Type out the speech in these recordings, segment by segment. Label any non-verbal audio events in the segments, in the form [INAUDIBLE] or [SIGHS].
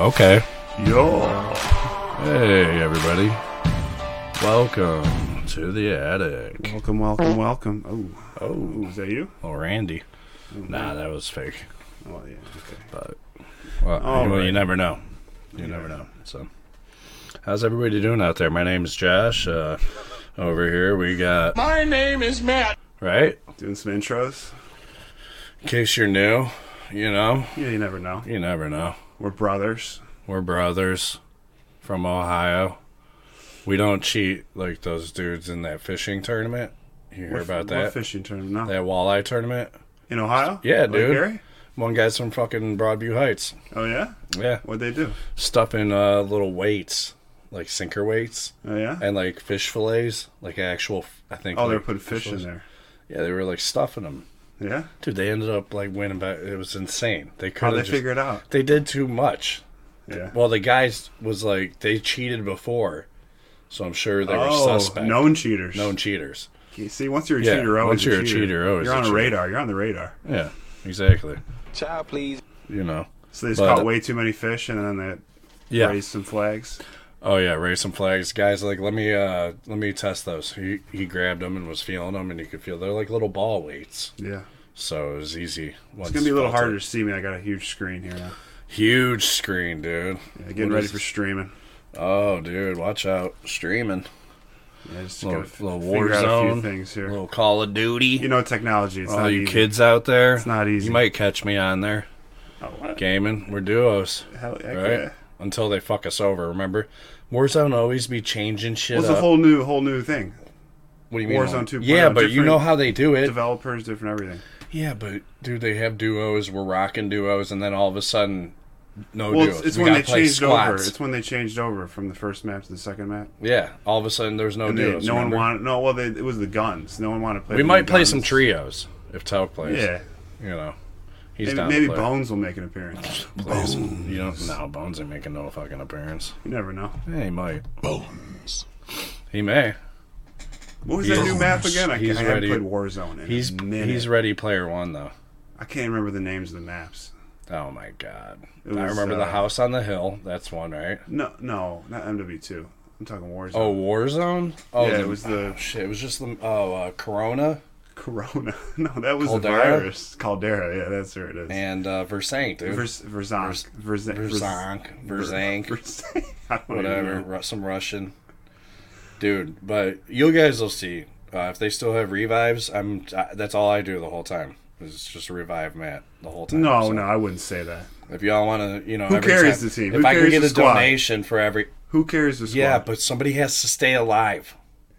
Okay. Yo. Hey, everybody. Welcome to the attic. Welcome, welcome, welcome. Oh, Oh, is that you? oh Randy. Nah, that was fake. Oh, yeah. Okay. But well, All well, you right. never know. You never know. So, how's everybody doing out there? My name's Josh. Uh, over here we got My name is Matt. right. Doing some intros. In case you're new, you know, Yeah, you never know. you never know. We're brothers. We're brothers from Ohio. We don't cheat like those dudes in that fishing tournament. You hear We're about we're that? fishing tournament. No. That walleye tournament. In Ohio? Yeah, Lake dude. Erie? One guy's from fucking Broadview Heights. Oh, yeah? Yeah, What'd they do? stuffing uh, little weights, like sinker weights, Oh, yeah? and like fish fillets, like actual. f- I think. Oh, they're like, putting fish in fillets. there. Yeah, they were like stuffing them. Yeah? Dude, they ended up like winning back. It was insane. They could. How'd they figure it out? They did too much. Yeah. Well, the guys was like they cheated before, so I'm sure they were oh, suspect. known cheaters. known cheaters. You See, once you're a Yeah, cheater, you're always once you're a a cheater, you're always you're a on a cheater. radar. You're on the radar. Yeah, exactly. Child, please. You know. So they just But- caught way too many fish and then they Yeah. raised some flags. Oh yeah, raise some flags, guys. Like let me uh let me test those. He he grabbed them and was feeling them, and you could feel they're like little ball weights, Yeah. so it was easy. It's going to be a little harder to see me. I got a huge screen here now. Huge screen, dude. Yeah, getting What ready is- for streaming. Oh, dude, watch out, streaming. Yeah, just Little- gotta f- little figure out a Warzone, few things here. little Call of Duty. you know, technology. It's All not you easy. kids out there, it's not easy. You might catch me on there Oh, what? gaming. We're duos, Hell, heck right? yeah. Until they fuck us over. Remember, Warzone always be changing shit Well, it's up. a whole new, whole new thing. what do you mean? Warzone 2.0, Yeah, but you different know how they do it. Developers, different everything. Yeah, but dude, they have duos. We're rocking duos, and then all of a sudden, no Well, duos. it's, it's We when they gotta play changed over. squads. It's when they changed over from the first map to the second map. yeah, all of a sudden there's no And they, duos. no one remember? wanted. No, well, they, it was the guns. No one wanted to play. We the might play guns. some trios if Tao plays. Yeah, you know, he's maybe, down. maybe to play. Bones will make an appearance. Plays. You don't. No, Bones ain't making no fucking appearance. You never know. Yeah, he might. Bones. He may. What was He's- that new map again? I, he's can't, I haven't ready. played Warzone in He's a minute. he's ready player one though. I can't remember the names of the maps. Oh my god. It was, I remember uh, the house on the hill. That's one, right? No, no, not MW2. I'm talking Warzone. Oh, Warzone. Oh, yeah, the- it was the shit. It was just the oh uh, Corona. Corona. [LAUGHS] No, that was the Caldera? virus. Caldera. Yeah, that's where it is. and uh, Versank, dude. Vers- Verzank. Verza- Verzank, [LAUGHS] Verzank, Verzank. I don't whatever, even know. Ru- some Russian, dude. But you guys will see uh, if they still have revives. I'm I, that's all I do the whole time is just revive Matt the whole time. No, So no, I wouldn't say that. If y'all want to, you know, Who every carries time- the team? If Who I can carries get the a squad? donation for every, Who carries the squad? yeah, but somebody has to stay alive.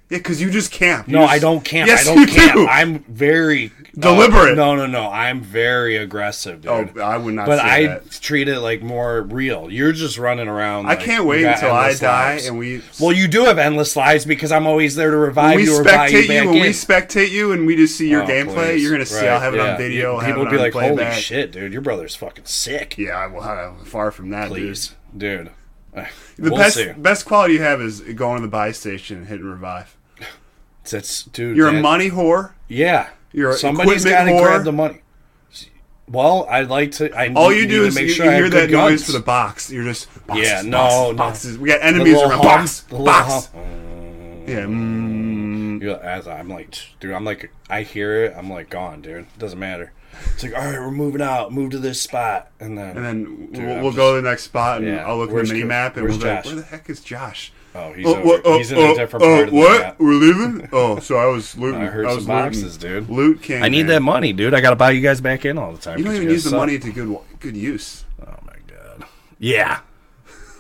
yeah, because you just camp. You No, just- I don't camp. Yes, I don't you camp. do. I'm very Oh, Deliberate. No, no, no. I'm very aggressive, dude. oh, I would not. but say I that. treat it like more real. You're just running around. I like, can't you wait got until I endless die lives. and we. well, you do have endless lives because I'm always there to revive when we you or buy you spectate back you, when in. we spectate you, and we just see your Oh, gameplay. please. You're gonna see. Right, I'll have it yeah. on video. You- I'll have People it be on like, playback. "Holy shit, dude! Your brother's fucking sick." Yeah, I will. I'm far from that, dude. Please, dude. The The we'll best see. best quality you have is going to the buy station and hitting revive. That's dude. You're that- a money whore. Yeah. You're a Somebody's got equipment to whore. grab the money. Well, I'd like to. I All need you do to is make you, sure you I have hear good that guns. noise for the box. You're just boxes, Yeah, no, boxes, no. boxes. We got The enemies little around. hum- box, the little box. hum- Yeah, mm, You're like, as I'm like, "Tch," dude, I'm like, I hear it, I'm like, gone, dude. Doesn't matter. It's like, all right, we're moving out, move to this spot, and then, and then Dude, we'll, I'm we'll just- go to the next spot and Yeah, I'll look at where's the mini map and Chris- we'll be like, where's where the heck is Josh? oh, he's Oh, over, what- oh, he's in oh, a different oh, part of the what? map. [LAUGHS] We're leaving? Oh, so I was looting. I heard was some looting. boxes, dude. Loot came. I need man. that money, dude. I gotta buy you guys back in all the time. You don't 'cause even use the guys money to good wa- good use. suck. Oh my god. Yeah,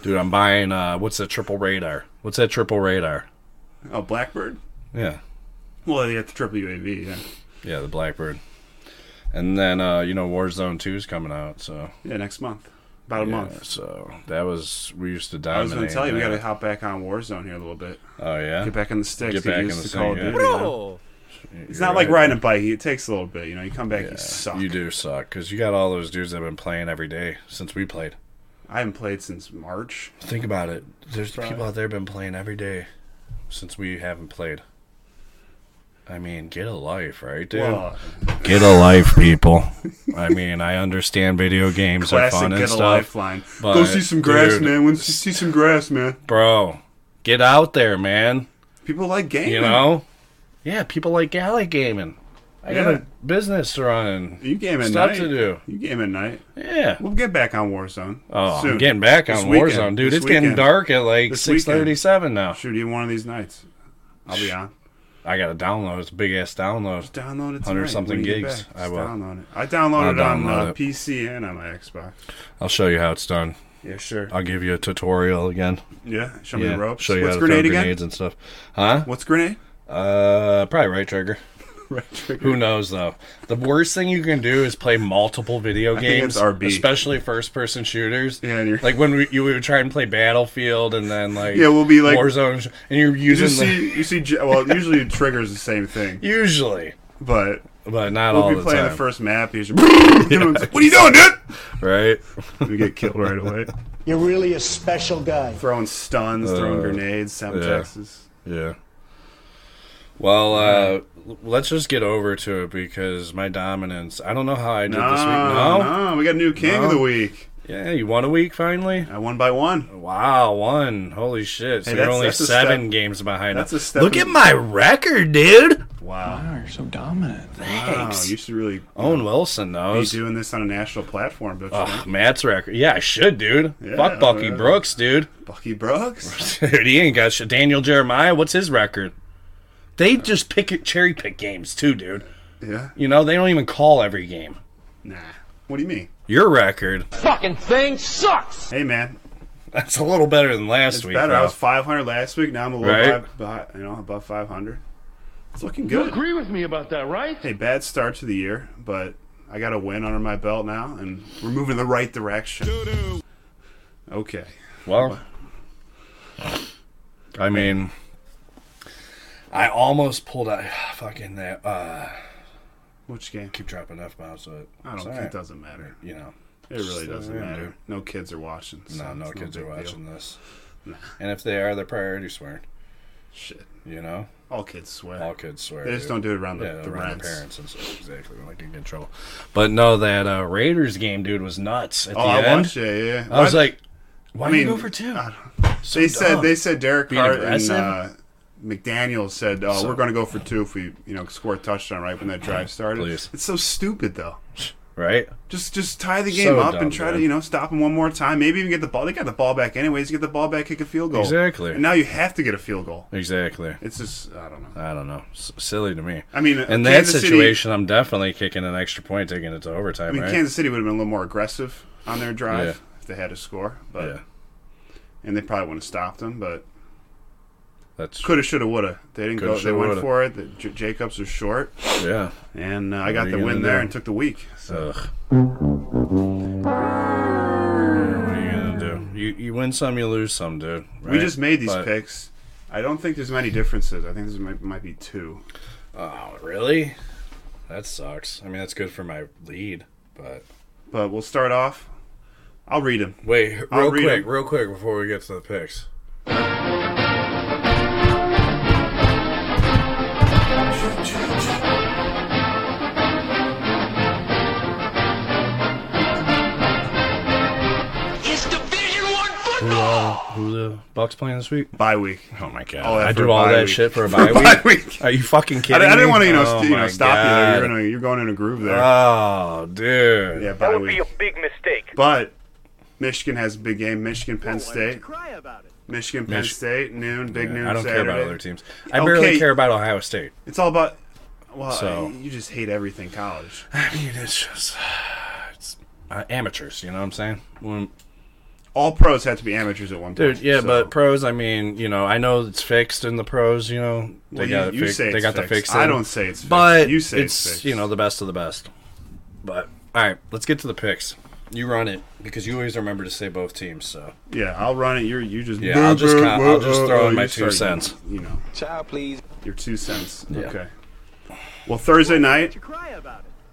dude, I'm buying. uh What's that triple radar? What's that triple radar? Oh, Blackbird. Yeah, Well, you got the triple UAV. Yeah, yeah, the Blackbird. And then uh, you know Warzone Two is coming out, so yeah, next month, about a yeah, month. So that was we used to I dominate. was going to tell you, we that. got to hop back on Warzone here a little bit. Oh yeah. Get back on the sticks. Get Get back back on the the Call of thing, yeah. Duty, man. It's not like riding a bike. It takes a little bit. You know, you come back, you suck. You do suck because you got all those dudes that have been playing every day since we played. I haven't played since March. Think about it. There's Right. people out there been playing every day since we haven't played. I mean, get a life, right, dude? Well, Get a life, people. [LAUGHS] I mean, I understand video games are classic fun and get a stuff, lifeline. but, Go see some grass, dude, man. When see some grass, man. bro. Get out there, man. People like gaming. You know, yeah, people like galley gaming. I got Yeah. a business to run. You game at Stuff night. to do. You game at night. Yeah. We'll get back on Warzone. Oh, soon. I'm getting back This on weekend. Warzone, dude. This it's getting weekend. dark at like This six thirty-seven now. Shoot you one of these nights. I'll be on. I got to download. It's a big ass download. Download 100 it. tonight. something When you get gigs. back, I just will. Download it. I downloaded I'll it on download uh, it. PC and on my Xbox. I'll show you how it's done. Yeah, sure. I'll give you a tutorial again. Yeah, show me Yeah, the ropes. show you What's how to grenade throw again? grenades and stuff. Huh? What's grenade? Uh, probably right trigger. [LAUGHS] Right trigger. Who knows though? The worst thing you can do is play multiple video think games, it's RB. especially first-person shooters. Yeah, and you're- like when we, you we would try and play Battlefield, and then like Yeah, we'll be, like- Warzone, and you're You just using the, see, you see. j- Well, usually it triggers the same [LAUGHS] thing, usually, but but not we'll all be the playing time, the first map. [LAUGHS] You just, [LAUGHS] what are you doing, dude? right? [LAUGHS] [LAUGHS] We get killed right away. You're really a special [LAUGHS] guy. Throwing stuns, throwing grenades, sound Uh, yeah. taxes. Yeah. Well, uh, l- let's just get over to it because my dominance. I don't know how I did this week. No? Ah, no, we got a new king of the week. Yeah, you won a week finally. Uh, one by Oh, one. Wow, one. Holy shit! So Hey, you're that's- only that's a seven step- games behind. that's us. a step Look in- at my record, dude. Wow. You're so dominant. Wow, Thanks. you should really Owen Wilson be knows. doing this on a national platform, don't you Ugh, [SIGHS] think? Matt's record. Yeah, I should, dude. Yeah, Fuck Bucky yeah. Brooks, dude. [LAUGHS] Bucky Brooks? Dude, he ain't got shit. Daniel Jeremiah, what's his record? They just pick cherry pick games too, dude. yeah. You know they don't even call every game. Nah. What do you mean? Your record. [LAUGHS] Fucking thing sucks. Hey, man. That's a little better than last It's week. better. though. I was 500 last week. Now I'm a little Right? bit behi- you know, above 500. It's looking good. Agree with me about that, right? Hey, bad start to the year, but I got a win under my belt now, and we're moving in the right direction. Okay. Well, I mean, I almost pulled out [SIGHS] fucking that. Uh, Which game? keep dropping f bombs, but I don't it's think alright. it doesn't matter. You know, It really doesn't yeah, matter. dude. No kids are watching. so no, no it's kids big are deal. watching [LAUGHS] this, and if they are, they're priority swearing. Shit. You know, All kids swear. all kids swear. They just dude. don't do it around the, Yeah, the around rents. their parents and stuff. Exactly, like they get in trouble. But no, that uh, Raiders game, dude, was nuts. At Oh, the I end, watched it. Yeah, yeah. I was Why- like, "Why I do you mean, go for two? I don't- So they said dumb. they said Derek Being Hart aggressive? and uh, McDaniel said, "Oh, So- Oh, we're going to go for two if we, you know, score a touchdown right when that drive started." Please. It's so stupid though. right? Just just tie the game So up dumb, and try to dude. you know stop him one more time. Maybe even get the ball. They got the ball back anyways. Get the ball back, kick a field goal. Exactly. Oh. And now you have to get a field goal. Exactly. It's just I don't know. I don't know. S- silly to me. I mean, uh, In that Kansas situation, I'm definitely kicking an extra point, taking it to overtime, City, I mean, right? Kansas City would have been a little more aggressive on their drive Yeah. if they had a score, but yeah, and they probably wouldn't have stopped them, but. that's Coulda, shoulda, woulda. They didn't Coulda, go. They shoulda, went woulda. for it. The J- Jacobs was short, yeah. and uh, I are got you the win gonna there do? and took the week. So Ugh. What are you gonna do? You you win some, you lose some, dude. we right? just made these But- picks. I don't think there's many differences. I think this might, might be two. Oh, really? That sucks. I mean, that's good for my lead, but But we'll start off. I'll read them. wait, I'll real read quick, 'em. real quick before we get to the picks. It's Division One football. Uh, Who the Bucks playing this week? Bye week. Oh my god! All that I for do a all bye that week. shit for a [LAUGHS] For bye a week. bye week. Are you fucking I, kidding di- I didn't me? want to, you know, Oh st- you know my stop you. There. God. You're, gonna, you're going in a groove there. Oh, dude. yeah, That bye would be week. a big mistake. But Michigan has a big game. Michigan, Penn State. Michigan, Penn Mich- State. Noon, big noon. I don't Saturday. care about other teams. I barely Okay. care about Ohio State. It's all about. Well, So- you just hate everything college. I mean, it's just it's uh, amateurs. You know what I'm saying? When- all pros have to be amateurs at one point. dude, yeah, so- but pros. I mean, you know, I know it's fixed in the pros. You know, they Well, you- got it you fixed. say they it's got the fixed. fixed. I in. don't say it's fixed. But you say it's it's, fixed. you know the best of the best. But all right, let's get to the picks. You run it because you always remember to say both teams. So yeah, I'll run it. You're you just Yeah, I'll just count- I'll just throw in You my two start- cents. You know Child, please. your two cents. Okay. Well, Thursday night.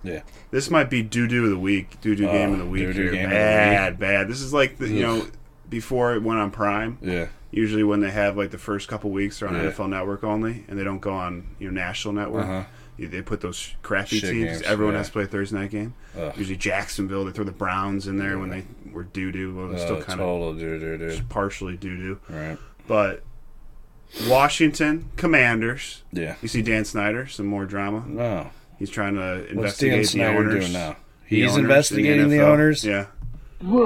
yeah, This might be doo doo of the week. Doo doo game of the week. Oh, doo-doo here. game of the bad, bad. This is like the, you know before it went on Prime. yeah. usually when they have like the first couple weeks they're on Yeah. NFL Network only, and they don't go on you know national network. Uh-huh. You- They put those crappy Shit teams. games, everyone yeah. has to play a Thursday night game. Ugh. Usually Jacksonville. They throw the Browns in there when they were doo doo. Well, they're Uh, still kind of total dude, dude, dude. partially doo doo. Right. But Washington Commanders. Yeah. You see Dan Snyder, some more drama. Oh. He's trying to What's investigate Dan the Snyder owners. doing now? the He's owners in investigating the, NFL. owners? Yeah.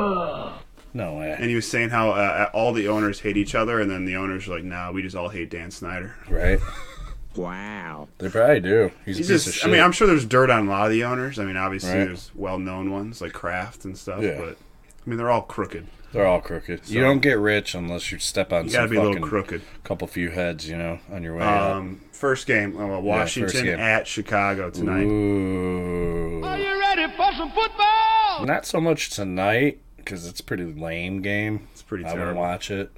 No way. And he was saying how uh, all the owners hate each other, and then the owners are like, "Nah, we just all hate Dan Snyder." Right? Wow. They probably do. He's, He's a piece of just, shit. I mean, I'm sure there's dirt on a lot of the owners. I mean, obviously Right. there's well-known ones like Kraft and stuff, Yeah. but I mean, they're all crooked. They're all crooked. You So- don't get rich unless you step on You got to some be a little fucking crooked. couple few heads, you know, on your way Um, first game, uh, Washington game. at Chicago up. tonight. Ooh. Are you ready for some football? Not so much tonight because it's a pretty lame game. It's pretty I wouldn't terrible. watch it.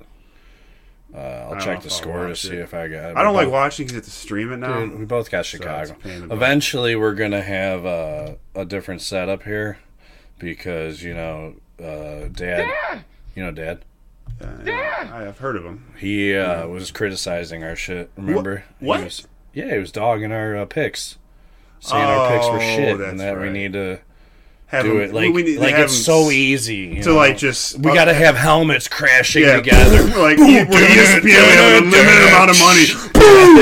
Uh, I'll don't know check if the I'll score to watch see it. if I got. I don't we like both- watching because you have to stream it now. Dude, we both got it's Chicago. a pain in the butt. Eventually, we're gonna have uh, a different setup here because you know, uh, Dad, you know, Dad, Uh, yeah, I have heard of them. he uh, was criticizing our shit. Remember? He what? was- yeah, he was dogging our uh, picks, saying our picks were Oh, shit, that's and that we right. need to Have do 'em- it like we need to like have it's 'em so s- easy you to know? like just uh, We gotta have helmets crashing yeah, together. [LAUGHS] [LAUGHS] like we're ESPN we have an unlimited amount of money.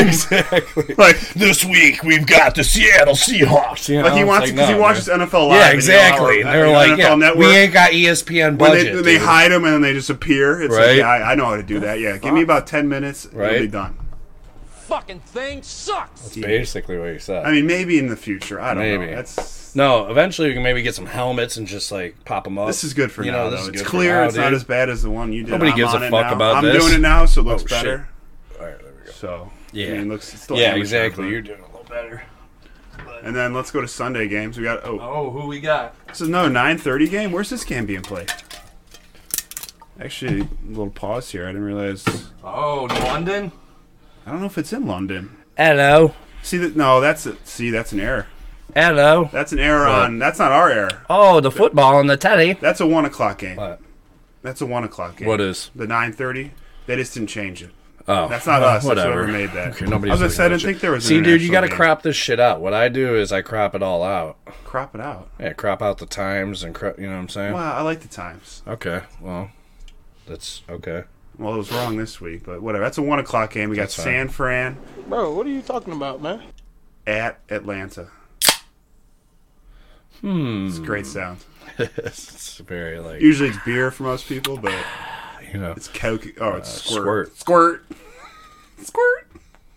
exactly. Like This week we've got the Seattle Seahawks. You know? Like he It's wants because no, he man. watches NFL live. Yeah, exactly. And, you They're know, like, NFL yeah, Network. we ain't got E ESPN when they, budget. when they dude. hide him and then they just appear. It's Right. like, yeah, I, I know how to do that. Yeah, give me about ten minutes. Right. It'll be done. Fucking thing sucks. Basically, what he said. I mean, maybe in the future. I don't Maybe. know. That's no, eventually we can maybe get some helmets and just like pop them up. this is good for you now. Know, this though. is It's good for clear. now, it's not dude. as bad as the one you did. Nobody I'm gives on a it fuck now. about I'm this. Oh, doing it now, so it looks shit. better. All right, there we go. So Yeah. I mean, it looks it's still yeah, amateur, exactly. but- You're doing a little better. And then let's go to Sunday games. We got oh, Oh, who we got? this is another 9:30 game. Where's this game being played? Actually, a little pause here. I didn't realize. Oh, London. I don't know if it's in London. Hello, See that? No, that's a, see that's an error. hello. That's an error on. That's not our error. Oh, the football on the telly. That's a one o'clock game. What? That's a one o'clock game. What is? the nine thirty? They just didn't change it. Oh, That's not us. That's Whatever. whoever made that. Okay, nobody's I looking was gonna say, I at didn't you. think there was. an See, dude, you got to international crop this shit out. What I do is I crop it all out. game. crop it out. Yeah, crop out the times and crop. You know what I'm saying? Wow, I like the times. Okay. Well, that's [LAUGHS] okay. Well, it was wrong this week, but whatever. That's a one o'clock game. We got That's fine. San Fran Bro, what are you talking about, man? at Atlanta. Hmm. It's a great sound. it's very like you Usually it's beer for most people, but know it's coke. Oh, it's Uh, squirt. squirt. Squirt.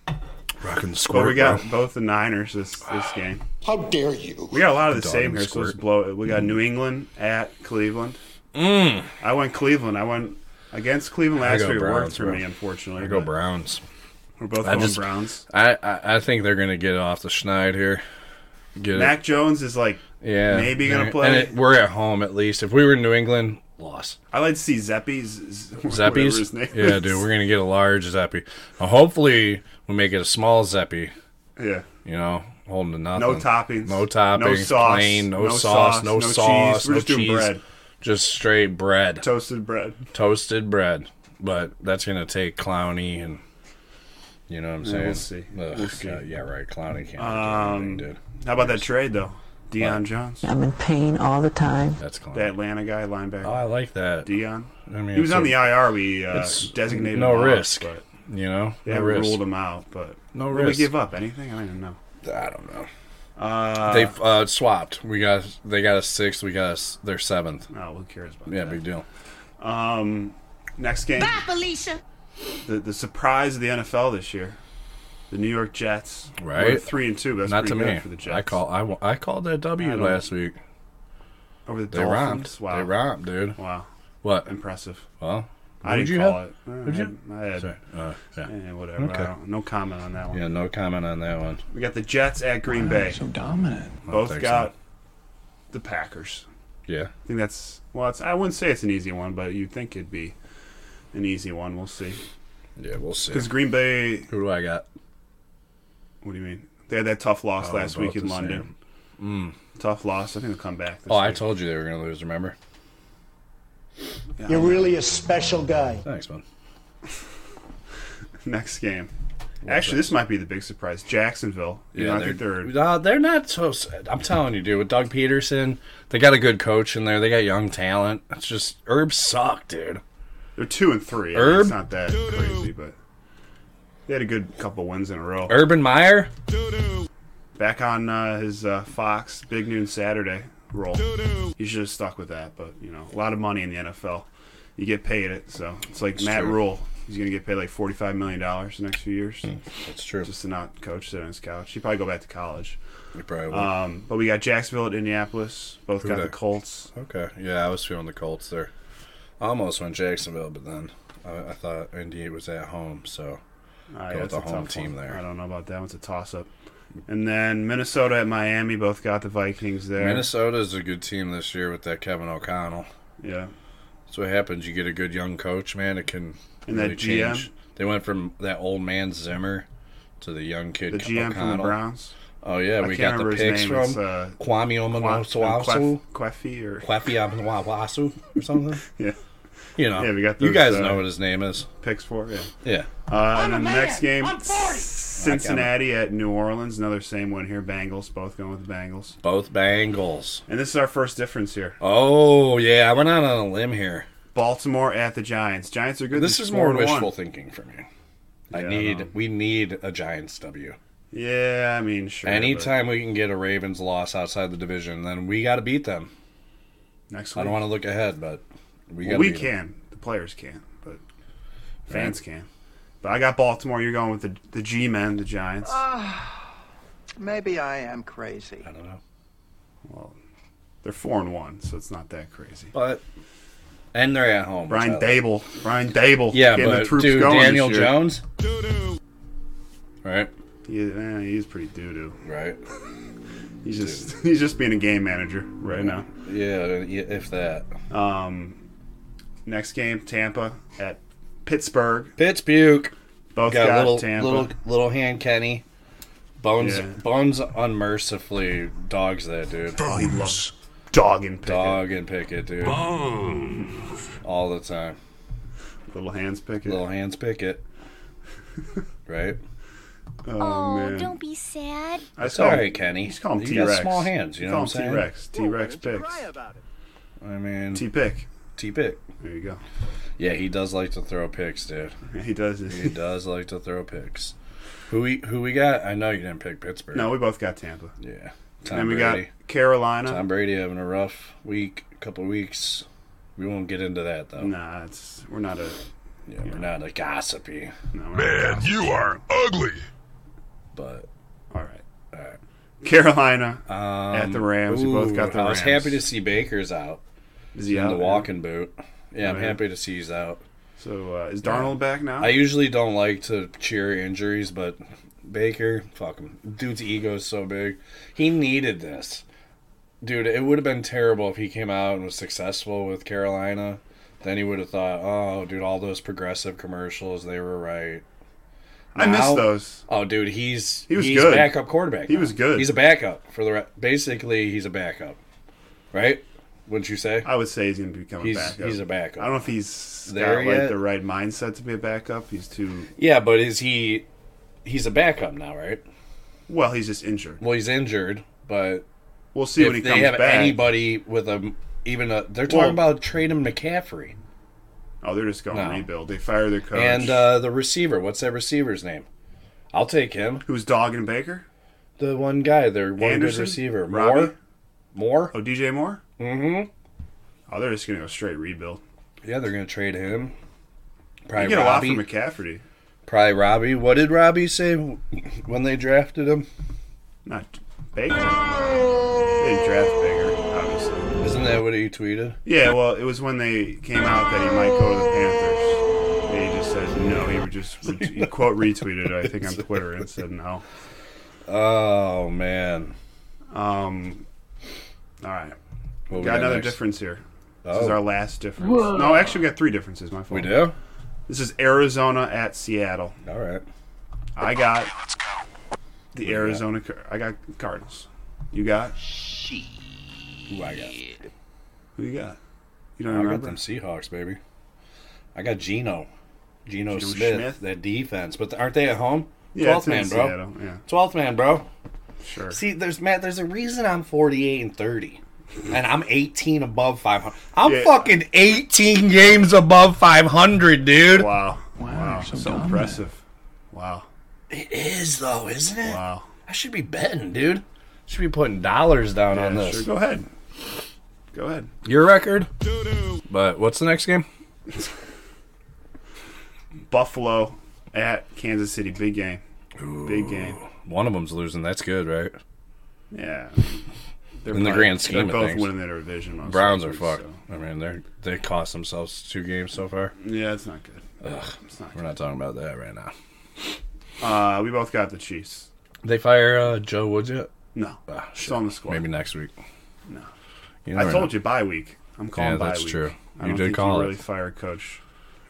Squirt. rocking squirt. But we got both the Niners this this game. How dare you? We got a lot of the Dog same and here, so squirt. let's Mm-hmm. blow it. We got New England at Cleveland. I went Cleveland. I went against Cleveland last Mm. go week. It worked Browns, for bro. me, unfortunately. I go but Browns. We're both I going just- Browns. I, I I think they're gonna get it off the schneid here. Get it. Mac Jones is like. yeah, maybe gonna And play. it- we're at home at least. If we were in New England, loss. I like to see [LAUGHS] Zeppi's. Zeppies. yeah, dude, we're gonna get a large Zeppy. Now, hopefully, we make it a small Zeppy. [LAUGHS] yeah. You know, holding to nothing. No toppings. Uh-huh. No toppings. No sauce. Plain. No, No sauce, sauce, No no sauce. cheese. We're no just doing cheese. bread. Just straight bread. Toasted bread. toasted bread, but that's gonna take Clowny and you know what I'm saying. we'll see. Ugh, We'll see. Um, God, yeah, right. Clowny can't do anything, dude. How about that trade though? Deion Jones, I'm in pain all the time. That's Clowny. the Atlanta guy, linebacker. oh, I like that. Deion. I mean, He was it's on a- the IR. We uh, it's designated no him off, risk. but You know, they no haven't risk. ruled him out. But No What did risk. we give up anything? I don't even know. I don't know. Uh, they uh, swapped. We got they got a sixth. We got a, s- their seventh. oh, who cares about Yeah, that? big deal. Next game, Felicia. the, the surprise of the NFL this year, the New York Jets. Right. We're three and two. but That's Not to pretty good me. for the Jets. I call I, wa- I called that W I don't- last week. over the They Dolphins. romped. Wow. They romped, dude. Wow. What? Impressive. Well, I what'd didn't you call have? it. What'd you- I had, Sorry. Uh, yeah. eh, whatever. Okay. I don't- no comment on that one. yeah, no comment on that one. We got the Jets at Green Bay. So dominant. Both think got so. the Packers. Yeah. I think that's well. It's, I wouldn't say it's an easy one, but you'd think it'd be an easy one. We'll see. Yeah, we'll see. Because Green Bay, Who do I got? what do you mean? They had that tough loss Oh, last week both in the Mm. London. Tough loss. I think they'll come back. This Oh, I week. told you they were going to lose, remember? You're really a special guy. Thanks, man. Next game. Actually, this might be the big surprise. Jacksonville. You know, I think they're uh, they're not so. s- I'm telling you, dude. With Doug Peterson, they got a good coach in there. They got young talent. It's just Herb sucked, dude. they're two and three. I mean, Herb? It's not that crazy, but they had a good couple wins in a row. Urban Meyer, Back on uh, his uh, Fox Big Noon Saturday roll. He should have stuck with that, but you know, a lot of money in the NFL. You get paid it, so it's like Matt true. Rule. He's gonna get paid like forty-five million dollars the next few years Hmm. that's true. just to not coach sit on his couch. He'd probably go back to college. You probably would. Um, but we got Jacksonville at Indianapolis. Both got da? the Colts. okay. Yeah, I was feeling the Colts there. Almost went Jacksonville, but then I, I thought Indy was at home, so All right, Go with that's the a home tough team one. there. I don't know about that. It's a toss up. And then Minnesota at Miami both got the Vikings there. Minnesota is a good team this year with that Kevin O'Connell. yeah. That's what happens. You get a good young coach, man. It can And that GM? They went from that old man Zimmer to the young kid. The GM from the O'Connell. Browns. Oh yeah, we can't got the remember his picks name. from It's, uh, Kwame Qua- Omonawasu, Quef- Queffy or Kwafi Omonawasu, or something. [LAUGHS] yeah, You know, Yeah, we got you those, guys uh, know what his name is. picks for yeah. Yeah, Uh, and then the next game, Cincinnati at New Orleans. Another same one here. Bengals both going with the Bengals. both Bengals. And this is our first difference here. Oh yeah, I went out on a limb here. Baltimore at the Giants. Giants are good. This They're is four more and one. wishful thinking from you. I Yeah, I need know. we need a Giants W. Yeah, I mean sure. but Anytime we can get a Ravens loss outside the division, then we got to beat them. next I week don't want to look ahead, but we got Well, we can. The players can, but fans can. But I got Baltimore. You're going with the the G-men, the Giants. Maybe I am crazy. I don't know, well, they're four and one, so it's not that crazy. but and they're at home. which I Brian like. Dable, Brian Dable, Yeah, getting but the troops dude, going this Daniel year. Jones. Right, He, eh, he's pretty doo doo. right. He's just [LAUGHS] he's just being a game manager right now. Um, Yeah, yeah, if that. Next game, Tampa at Pittsburgh. Pitts Buke Both got, got, little Tampa. little little hand Kenny. Bones Yeah. Bones unmercifully dogs that dude. dog and picket. Dog and Pickett, dude. Bones. All the time. Little hands picket. Little hands [LAUGHS] Pickett. Right? oh man, Don't be sad. I just Sorry, call him- Kenny. Just call him You T got Rex. small hands, you know what I'm saying? T Rex. T Rex picks. I mean, T T pick. Pick. There you go. [LAUGHS] Yeah, he does like to throw picks, dude. He does this. [LAUGHS] He does like to throw picks. Who we who we got? I know you didn't pick Pittsburgh. No, we both got Tampa. Yeah. And Tom we Brady. got Carolina. Tom Brady having a rough week, couple weeks. We won't get into that though. Nah, it's we're not a. Yeah, we're not a gossipy, No, Man, you are. but All right. Carolina at the Rams. we both Um, Ooh, got the I was Rams. Oh, happy to see Baker's out Is he in out the there? walking boot. Yeah, I'm Right. happy to see he's out. So uh, is Darnold back now? I usually don't like to cheer injuries, but Baker, fuck him. Dude's ego is so big. He needed this. Dude, it would have been terrible if he came out and was successful with Carolina. Then he would have thought, oh, dude, all those progressive commercials, they were right. I missed now- those. Oh, dude, he's He was he's good. backup quarterback. He now. was good. He's a backup for the re- basically he's a backup, right? Wouldn't you say? I would say he's going to become He's- a backup. he's a backup. I don't know if he's There got like yet? the right mindset to be a backup. He's too yeah, but is he? He's a backup now, right? well. He's just injured. Well, he's injured, but We'll see when he if they comes have back. anybody with a even a, they're talking Well- about trading McCaffrey oh, they're just going to No. rebuild. They fire their coach. and uh, the receiver. What's that receiver's name? I'll take him. who's Dog and Baker? The one guy, their one Anderson? good receiver, Robbie? Moore. Moore. Oh, DJ Moore. Mm-hmm. Oh, they're just going to go straight rebuild. Yeah, they're gonna trade him. You Probably get a lot Robbie. from McCafferty. Probably Robbie. What did Robbie say [LAUGHS] when they drafted him? Not Baker. They didn't draft Baker, obviously. Isn't that what he tweeted? Yeah, well, it was when they came out that he might go to the Panthers. And he just said no. He would just ret- he quote retweeted, I think, on Twitter and said no. Oh man. Um, all right. What We we got another next? difference here. This is Oh. our last difference. No, actually, we got three differences. My We fault. do. This is Arizona at Seattle. All right. I got the Arizona. Car- I got Cardinals. You got Ooh, I got. who? You got? You don't I got remember? them Seahawks, baby. I got Geno. Geno, Geno Smith, Smith. that defense. But aren't they at home? Yeah, it's Twelfth in man, bro. Seattle, yeah. Twelfth man, bro. Sure. See, there's Matt. There's a reason I'm 48 and 30, and I'm 18 above 500. I'm Yeah. fucking 18 games above 500, dude. Wow. Wow. So impressive. Wow. It is though, isn't it? Wow. I should be betting, dude. Should be putting dollars down on Yeah, this. sure. Go ahead. Go ahead. Your record. But what's the next game? Buffalo at Kansas City. Big game. Big game. One of them's losing. That's good, right? Yeah. They're In the grand scheme of they're both things. winning their division. most Browns are likely, fucked. so- I mean, they they cost themselves two games so far. Yeah, it's not good. It's not We're good. not talking about that right now. Uh, we both got the Chiefs. They fire uh, Joe Woods yet? No, Ah, still on the squad. Maybe next week. No. You I never told know. you bye week. I'm calling Yeah, bye that's week. true. I You don't did think call you it. really fire a coach.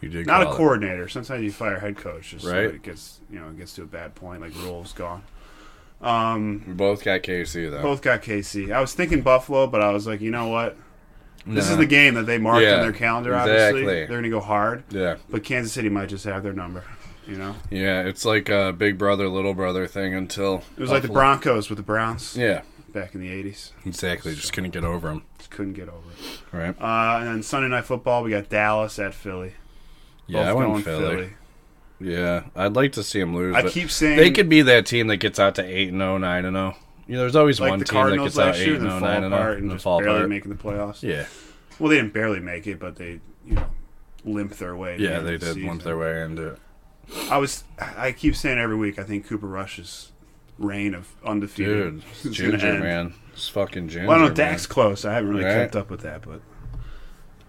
You did Not a call it. coordinator. Sometimes you fire a head coach just so Right. it gets you know it gets to a bad point like rules gone. We both got KC though. Both got KC. I was thinking Buffalo, but I was like, you know what? This Nah. is the game that they marked Yeah, on their calendar. Obviously, exactly. they're going to go hard. Yeah, But Kansas City might just have their number. You know, yeah. It's like a big brother, little brother thing until it was like the Broncos with the Browns Yeah, back in the '80s. exactly. Just couldn't get over him. Just couldn't get over it. Right. Uh, and then Sunday Night Football, we got Dallas at Philly. yeah, I went Philly. Yeah, I'd like to see him lose. I but keep saying- they could be that team that gets out to eight and 0, 9 and zero. You know, there's always Like one the team Cardinals that last gets out year, eight and and then 0, fall 9 and apart 0, and and then just fall barely apart. making the playoffs. yeah, Well, they didn't barely make it, but they you know limped their way. to the yeah, end they of the did limp season. their way into it. I was. I keep saying every week. I think Cooper Rush's reign of undefeated Dude, is gonna Ginger end. man, it's fucking Ginger. Well, I don't know. man. Dak's close. I haven't really Right. kept up with that, but um,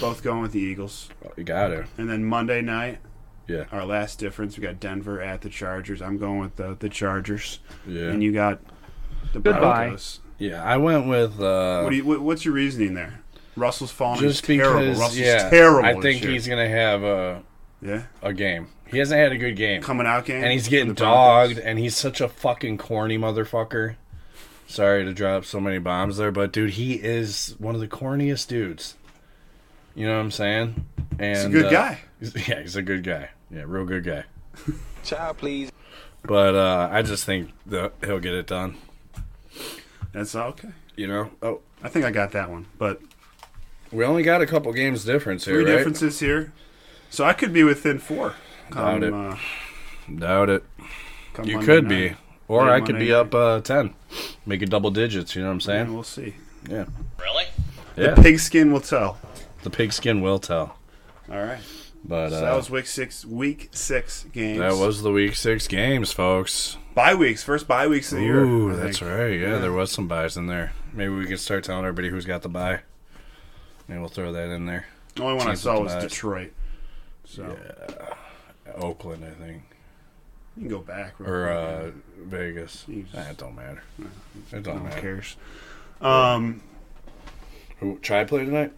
both going with the Eagles. Oh, you got to And then Monday night, Yeah, our last difference, we got Denver at the Chargers. I'm going with the the Chargers, yeah, and you got the Goodbye. Broncos. yeah. I went with. uh What do you? What, what's your reasoning there? Russell's falling. just he's terrible. because, Russell's yeah, terrible. I this think year. he's gonna have a yeah a game. He hasn't had a good game, coming out game, and he's for getting the Broncos. dogged, and he's such a fucking corny motherfucker. Sorry to drop so many bombs there, but dude, he is one of the corniest dudes. You know what I'm saying? And He's a good uh, guy. he's- [LAUGHS] yeah, he's a good guy. Yeah, real good guy. [LAUGHS] Child, please. But uh, I just think that he'll get it done. That's okay. You know? Oh, I think I got that one, but we only got a couple games difference here, three right? differences here. So I could be within four. Doubt it. uh, Doubt it. come You Monday could night. be. Or Late I could Monday be night. up uh, 10. Make it double digits, you know what I'm Yeah, saying? we'll see. Yeah. Really? Yeah. Pigskin will tell. The pigskin will tell. All right. But uh, So that was week six. Week six games. the week six games, folks. bye weeks. First bye weeks of the year. Ooh, I that's think. right. Yeah, there was some buys in there. Maybe we can start telling everybody who's got the buy. Maybe we'll throw that in there. The only one I Teams saw with was buys. Detroit. So Oakland, I think, you can go back. real or quick. uh, Vegas. Jesus. Nah, it don't matter. It don't no one matter. cares. Um, Who try to play tonight?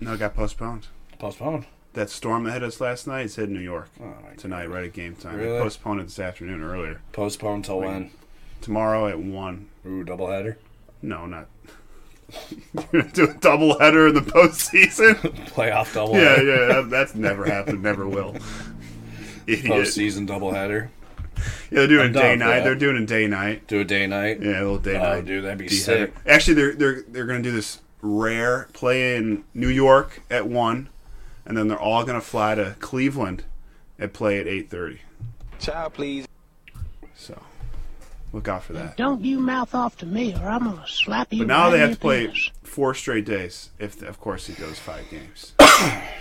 no, it got postponed. Postponed. That storm that hit us last night is hit New York Oh my tonight, right at game time. Really? They postponed it this afternoon earlier. Postponed till when? Tomorrow at one. Ooh, doubleheader. [LAUGHS] No, not. [LAUGHS] You're gonna do a double header in [LAUGHS] the postseason? Playoff yeah, doubleheader. yeah, that, that's never happened, never [LAUGHS] will. Idiot. Yeah, Postseason doubleheader. they're doing I'm a day down for night. that. They're doing a day night. Do a day night. Yeah, a little day Oh, night. dude, that'd be De-header. sick. Actually, they're they're they're gonna do this rare play in New York at one, and then they're all gonna fly to Cleveland and play at eight thirty. Child, please. So look out for that. Don't you mouth off to me, or I'm gonna slap you. But now right they in have your to play penis. four straight days. If of course he goes five games.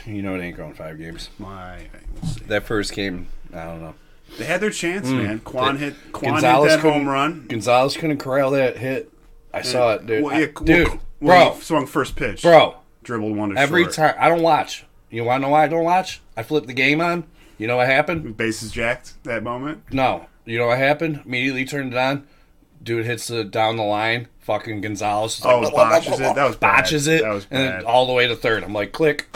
You know it ain't going five games. My, we'll see. That first game, I don't know. They had their chance, man. Quan hit Quan Hmm. Gonzalez hit that home couldn't- run. Gonzalez couldn't corral that hit. I saw it, dude. Well, yeah, I- well, dude, well, bro, he swung first pitch. bro. dribbled one to Every short. time I don't watch. You want to know why I don't watch? I flip the game on. You know what happened? bases jacked that moment. No. You know what happened? Immediately turned it on. Dude hits the down the line. Fucking Gonzalez. is Oh, botches it? That was bad. botches it. That was and bad. then all the way to third. I'm like, click.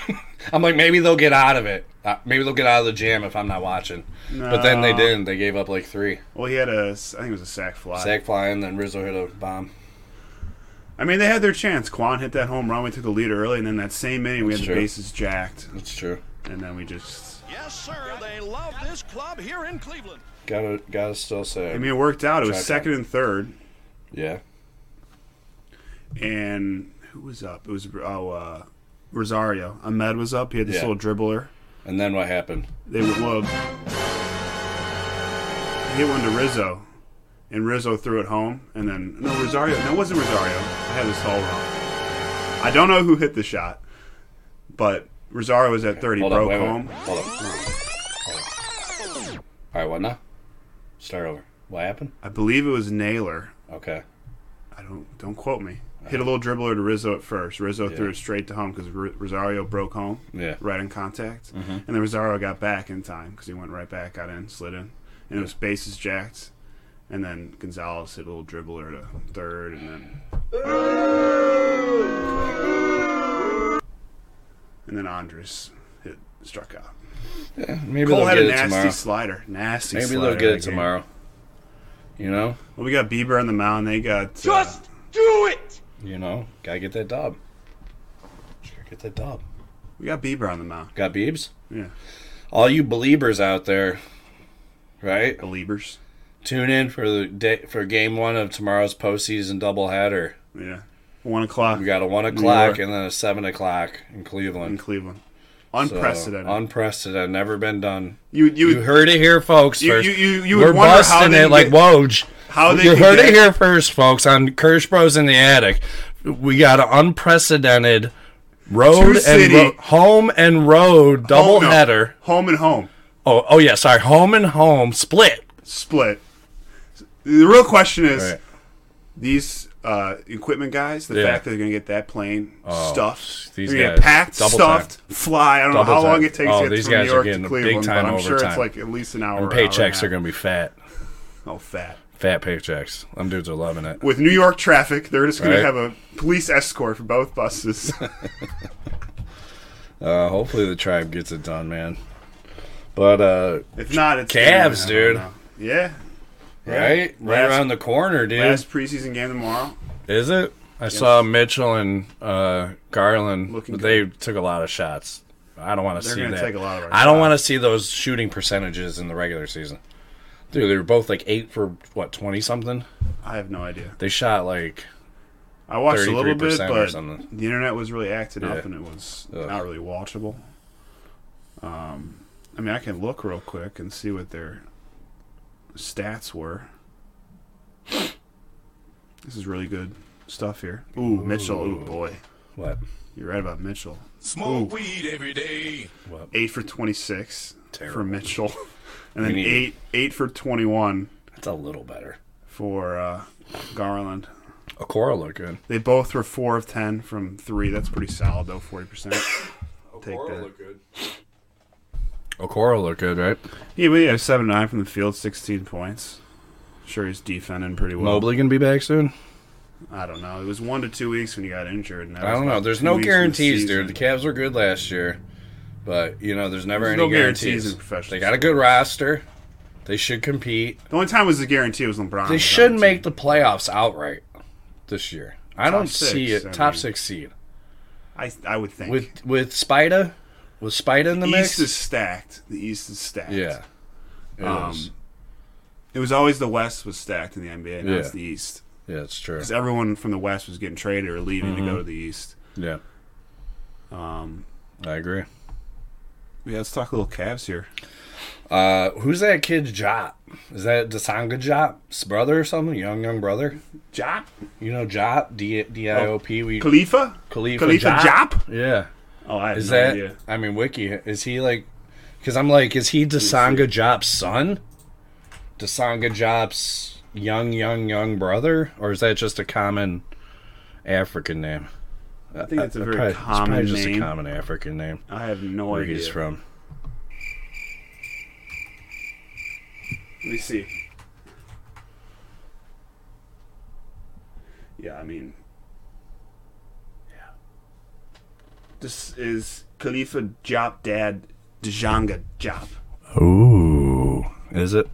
[LAUGHS] I'm like, maybe they'll get out of it. Uh, maybe they'll get out of the jam if I'm not watching. But then they No. didn't. They gave up like three. Well, he had a I think it was a sack fly. Sack fly, and then Rizzo hit a bomb. I mean, they had their chance. Quan hit that home run. We took the lead early, and then that same inning we had the true. bases jacked. That's true. and then we just. Yes, sir. They love this club here in Cleveland. Gotta gotta still say. I mean, it worked out. It was Check second and third, yeah. and who was up? It was oh uh, Rosario. Ahmed was up. He had this Yeah. little dribbler. And then what happened? They would well, he hit one to Rizzo, and Rizzo threw it home. And then no Rosario. No, it wasn't Rosario. I had this all wrong. I don't know who hit the shot, but Rosario was at thirty, Hold up, broke wait, wait. home. Hold up. Hold up. All right, what now? Start over. What happened? I believe it was Naylor. Okay. I don't don't quote me. Hit a little dribbler to Rizzo at first. Rizzo Yeah. threw it straight to home because Rosario broke home. Yeah. Mm-hmm. right in contact, and then Rosario got back in time because he went right back, got in, slid in, and it was bases jacked, and then Gonzalez hit a little dribbler to third, and then and then Andres hit struck out. Maybe Cole they'll had get it a nasty tomorrow. slider, nasty. Maybe slider they'll get that it game. tomorrow. You know, Well, we got Bieber on the mound. They got uh, you know, gotta get that dub. Just gotta Get that dub. we got Bieber on the mound. Got Beebs? Yeah, All you believers out there, right? believers. Tune in for the day for game one of tomorrow's postseason doubleheader. Yeah. One o'clock. We got a one York. o'clock and then a seven o'clock in in Cleveland. Cleveland. So, Unprecedented. unprecedented. Never been done. you you, You heard it here, folks. You- first. you- you- you would We're wonder how busting they it like get- Woj. how they you could heard get- it here first, folks. On Kirsch Bros in the attic, we got an unprecedented road and city- ro- home and road home- double no, header. Home and home Oh, oh yeah, sorry, home and home split. split. The real question is Right. these uh, equipment guys. The Yeah. Oh, fact that they're going to get that plane stuffed, these they're gonna guys, get packed, double stuffed, time. fly. I don't Double know how time. long it takes Oh, to get these from guys New are York getting to a Cleveland, big-time but I'm sure it's overtime. like at least an hour. And hour and a paychecks are half. gonna be fat, oh fat. fat paychecks. Them dudes are loving it. With New York traffic, they're just going Right. to have a police escort for [LAUGHS] both buses. Uh, hopefully the tribe gets it done, man. But uh, if not, it's Cavs, I don't dude. know. Yeah, right, right Last- around the corner, dude. last preseason game tomorrow. Is it? I saw Mitchell and uh, Garland. Looking but they took a lot of shots. I don't want to They're see gonna that. take a lot of our I don't shots. want to see those shooting percentages in the regular season. Dude, they were both like eight for what twenty something. I have no idea. They shot like I watched a little bit, 33% or but something. the internet was really acting Yeah. up, and it was Ugh. not really watchable. Um, I mean, I can look real quick and see what their stats were. This is really good stuff here. Ooh, Mitchell. Ooh, boy, what? you're right about Mitchell. Smoke weed every day. Eight for twenty-six Terrible. for Mitchell, [LAUGHS] and then need- eight eight for twenty-one That's a little better. for uh, Garland. Okoro looked good. They both were four of ten from three. That's pretty solid though, forty percent. Take that. good. Okoro looked good, right? Yeah, but yeah, seven nine from the field, sixteen points. Sure, he's defending pretty well. Mobley gonna be back soon. I don't know. It was one to two weeks when he got injured. And that I was don't know. about There's two no weeks in the guarantees, season. dude. The Cavs were good last year, but you know, there's never There's any no guarantees guarantees. in professional they got a good roster. They should compete. The only time was a guarantee was LeBron. They was should on the make team. the playoffs outright this year. I Top don't see six, it. I top mean. six seed I I would think with with Spida, with Spida in the the mix. East is stacked. The East is stacked. yeah, It Um, is. It was always the West was stacked in the NBA. Now it's Yeah. the East yeah, it's true. because everyone from the West was getting traded or leaving Mm-hmm. to go to the East. Yeah, Um, I agree. yeah, let's talk a little Cavs here. Uh, who's that kid's Jot? Is that Dasanga Jot's brother or something? Young young brother. Jop Oh. You know Jot D D I O P. We Khalifa Khalifa, Khalifa Jop? Jop. yeah. Oh, I have Is no that? idea. I mean, Wiki is he like? Because I'm like, is he Dasanga Jop's son? Dasanga Jop's young, young, young brother, or is that just a common African name? I think it's a very Probably- it's common probably just name. a common African name. I have no Where idea. he's from? Let me see. Yeah, I mean, yeah. This is Khalifa Jop Dad Djanga Jop. Ooh, is it?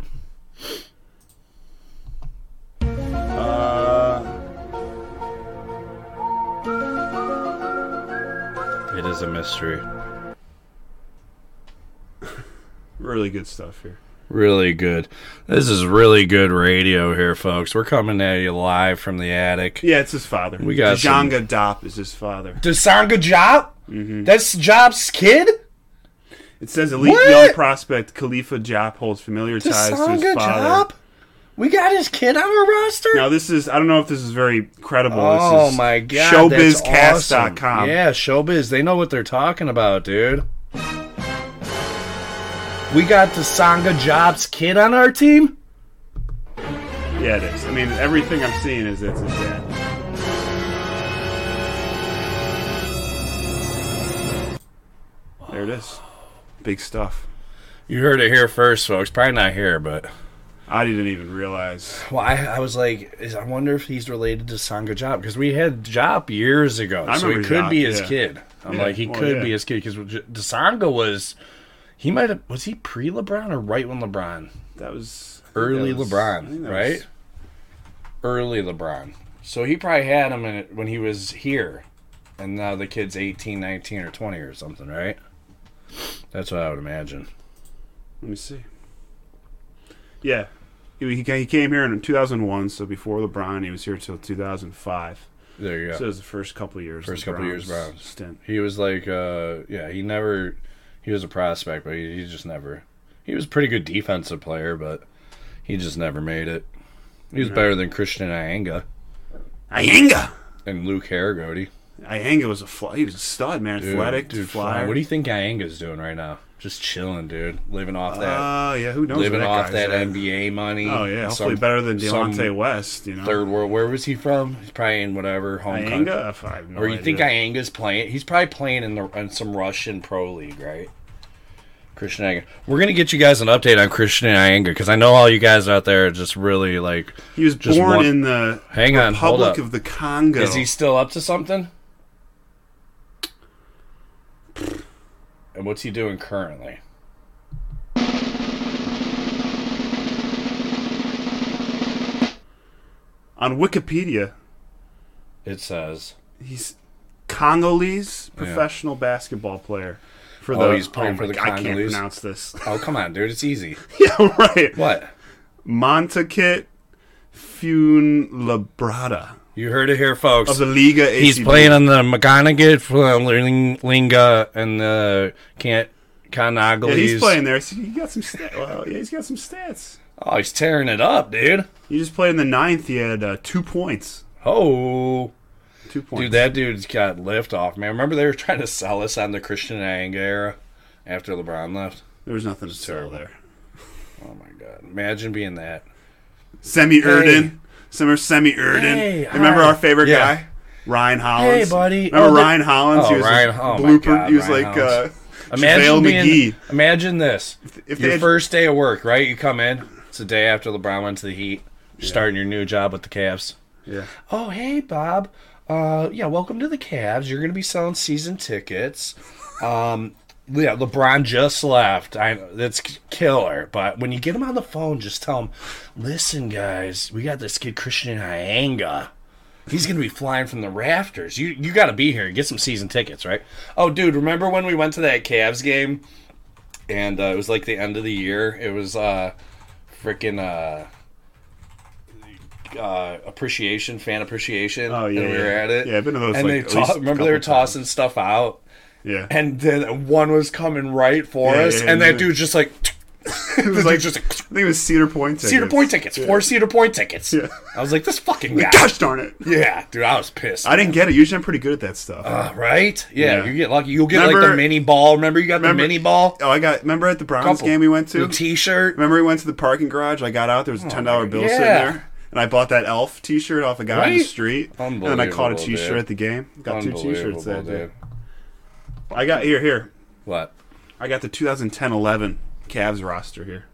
Uh, It is a mystery. really good stuff here. Really good. This is really good radio here, folks. We're coming at you live from the attic. Yeah, it's his father. We got some- Django Dop is his father. Dasanga Job? That's Job's kid? It says elite What? young prospect Khalifa Jop holds familiar ties to his Dasanga father. Job? We got his kid on our roster? Now this is I don't know if this is very credible. oh this is my god. that's awesome. Showbizcast.com. Yeah, showbiz. They know what they're talking about, dude. We got Dasanga Job's kid on our team? Yeah, it is. I mean, everything I'm seeing is it's his dad. There it is. Big stuff. You heard it here first, folks. Probably not here, but I didn't even realize. well, I, I was like, is, I wonder if he's related to Sangha Job because we had Job years ago, I so he remember could Job, be his yeah. kid. I'm Yeah, like, he well, could yeah. be his kid because Dasanga was he might have was he pre LeBron or right when LeBron That was I think early that was- I think LeBron that right was- early LeBron. So he probably had him in it when he was here, and now the kid's 18, 19, or 20 or something, right? That's what I would imagine. let me see. Yeah, he, he ca- he came here in 2001, so before LeBron, he was here till 2005. There you go. So it was the first couple of years. First couple of years, Browns. stint. He was like, uh, yeah, he never, he was a prospect, but he, he just never, he was a pretty good defensive player, but he just never made it. He was better than Christian Ianga Ianga. and Luke Harrogody. Ianga was a fly. He was a stud, man. Athletic, dude, flyer. What do you think Ianga's doing right now? Just chilling, dude. Living off that, Uh, yeah, who knows? living where off guy's that at? NBA money. Oh yeah, hopefully Some- better than some Deontay West. You know, Third world. Where was he from? He's probably in whatever home country. Ianga. If I have no Or you think idea. Ianga's playing? He's probably playing in, the, in some Russian pro league, right? Christian Ianga. We're gonna get you guys an update on Christian Ianga because I know all you guys out there are just really like. he was just born one- in the Hang on, hold Republic up. of the Congo? Is he still up to something? And what's he doing currently? on Wikipedia? It says, He's Congolese professional basketball player. For Oh, the, he's playing for my the God, I can't Congolese? pronounce this. [LAUGHS] "Oh come on, dude, it's easy." yeah, right. What? Montakit Fune Labrada You heard it here, folks. of the Liga. ACB. He's playing on the McGonagall, Ling- Linga, and the can't Conoglies. Yeah, he's playing there. So he got some stats. Well, yeah, he's got some stats. Oh, he's tearing it up, dude. He just played in the ninth. He had uh, two points. Oh, Two points. dude, that dude's got lift off, man. Remember they were trying to sell us on the Christian Ang era after LeBron left. There was nothing to sell terrible. there. Oh my god, imagine being that. Semi Erden. Summer Semi Erden. Hey, Remember hi. our favorite Yeah. guy? Ryan Hollins. Hey, buddy. Remember Oh, the- Ryan Hollins? Oh, he was Ryan- like oh, my blooper. God, he was Ryan like uh, Hollins. JaVale Imagine being, McGee. Imagine this: If they your had- first day of work, right? You come in. It's the day after LeBron went to the Heat. You're starting your new job with the Cavs. Yeah. oh hey bob uh yeah welcome to the Cavs. you're gonna be selling season tickets um yeah lebron just left i that's k- killer but when you get him on the phone just tell him listen guys we got this kid christian ianga he's gonna be flying from the rafters you you gotta be here get some season tickets right oh dude remember when we went to that Cavs game and uh, it was like the end of the year it was uh freaking uh uh, appreciation, fan appreciation. Oh, yeah, and we were yeah. at it. Yeah, I've been to those, And like, they at to- least a remember they were couple times. tossing stuff out, Yeah. [LAUGHS] and then one was coming right for Yeah, us, yeah, and yeah. that dude just like it was like- like just I think it was Cedar Point tickets. Cedar Point tickets, four Cedar Point tickets. Yeah. I was like, this [LAUGHS] fucking guy. Gosh darn it. Yeah, dude, I was pissed. I didn't get it. Usually I'm pretty good at that stuff. Uh, right? Yeah, Yeah. you get lucky. You'll get like the Remember- mini ball. Remember you got Remember- the mini ball. oh, I got. Remember at the Browns Couple. game we went to? The T-shirt. Remember we went to the parking garage? I got out, there was a ten dollar bill sitting Oh yeah. there. And I bought that elf t shirt off a guy on the Right? street. And then I caught a Unbelievable, t shirt dude. at the game. Got two t shirts that day. dude. I got here, here. What? I got the 2010-11 Cavs roster here.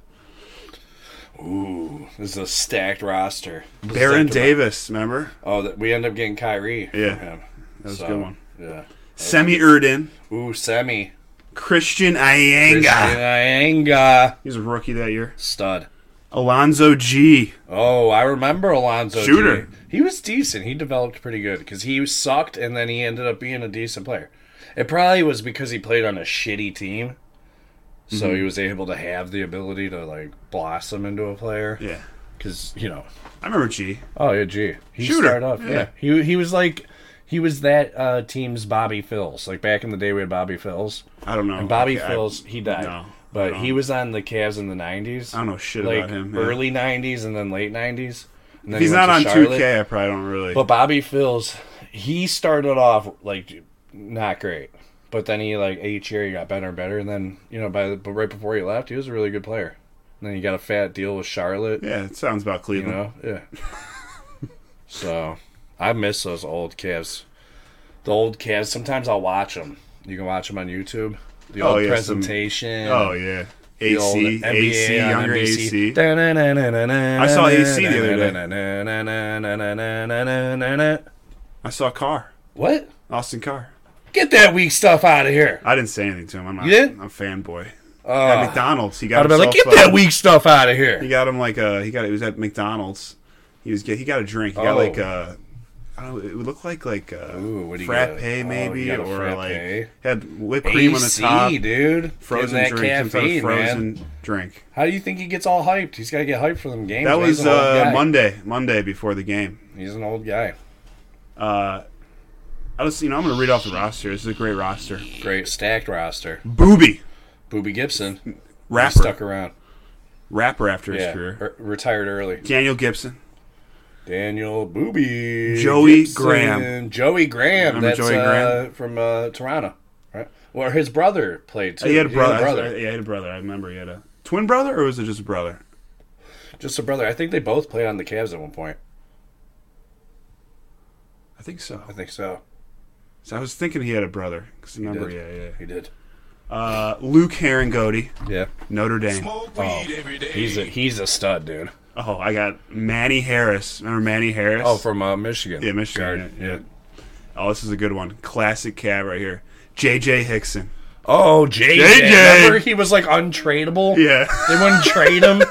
Ooh, this is a stacked roster. Baron Stacked Davis, remember? Oh, that we end up getting Kyrie. for Yeah. him. That was a So, good one. Yeah. Semi Erden, Ooh, Semi. Christian Ianga. Anga. He's a rookie that year. Stud. Alonzo G. Oh, I remember Alonzo. G. Shooter. He was decent. He developed pretty good because he sucked and then he ended up being a decent player. It probably was because he played on a shitty team So Mm-hmm. he was able to have the ability to like blossom into a player. Yeah. Because you know, I remember G. oh yeah, gee, he Shooter, started off. Yeah. yeah. he he was like he was that uh, team's Bobby Phils. Like back in the day, we had Bobby Phils. I don't know. And Bobby Okay, I- Phils, he died. no, I but don't. he was on the Cavs in the '90s. I don't know shit like about him. yeah. early '90s and then late '90s. And then If he's he went not on to Charlotte. 2K, I probably don't really. But Bobby Phils, he started off like not great, but then he like each year he got better and better, and then you know by the, but right before he left, he was a really good player. And then he got a fat deal with Charlotte. yeah, it sounds about You Cleveland. know, [LAUGHS] yeah. so I miss those old Cavs. The old Cavs. Sometimes I'll watch them. You can watch them on YouTube. The Oh, old yeah, some- presentation. Oh yeah, the old AC, NBA AC, on younger NBC. AC. I saw AC the other other day. I saw Carr, [LAUGHS] What? Austin Carr. Get that weak stuff out of here. I didn't say anything to him. I'm not, You didn't? Ah. I'm a fanboy. at McDonald's, he I'd got have been like, himself get that a- weak stuff out of He here. got him like a he got he was at McDonald's. He was get he got a drink. He got Oh. like a I don't know, it would look like like a Ooh, what'd he frappe get? Oh, he maybe got a or frappe. like had whipped cream on the AC, top. dude. Frozen Frozen that drink, some sort caffeine, of frozen man. drink. How do you think he gets all hyped? He's got to get hyped for them games. That man. He's was an old uh, guy. Monday, Monday before the game. He's an old guy. I was, you know, I'm gonna read off the roster. This is a great roster. Great stacked roster. Booby, Booby Gibson rapper, stuck around. rapper after his Yeah, career. er- retired early. Daniel Gibson. Daniel Booby. Joey Graham. Joey Graham. Remember That's Joey uh, Graham? from uh, Toronto, right? Well, his brother played too. He had a brother. Yeah, he had a brother. I remember he had a twin brother, or was it just a brother? Just a brother. I think they both played on the Cavs at one point. I think so. I think so. So I was thinking he had a brother. Cause remember, did. Oh, yeah, yeah. He did. Uh, Luke Herringody, Yeah. Notre Dame. Smoke weed every day. He's a he's a stud, dude. Oh, I got Manny Harris. Remember Manny Harris? Oh, from uh, Michigan. yeah, Michigan. Guard, yeah, yeah. Oh, this is a good one. Classic cab right here. J.J. Hickson. Oh, JJ. JJ. Remember he was like untradeable. Yeah. [LAUGHS] They [LAUGHS] wouldn't trade him.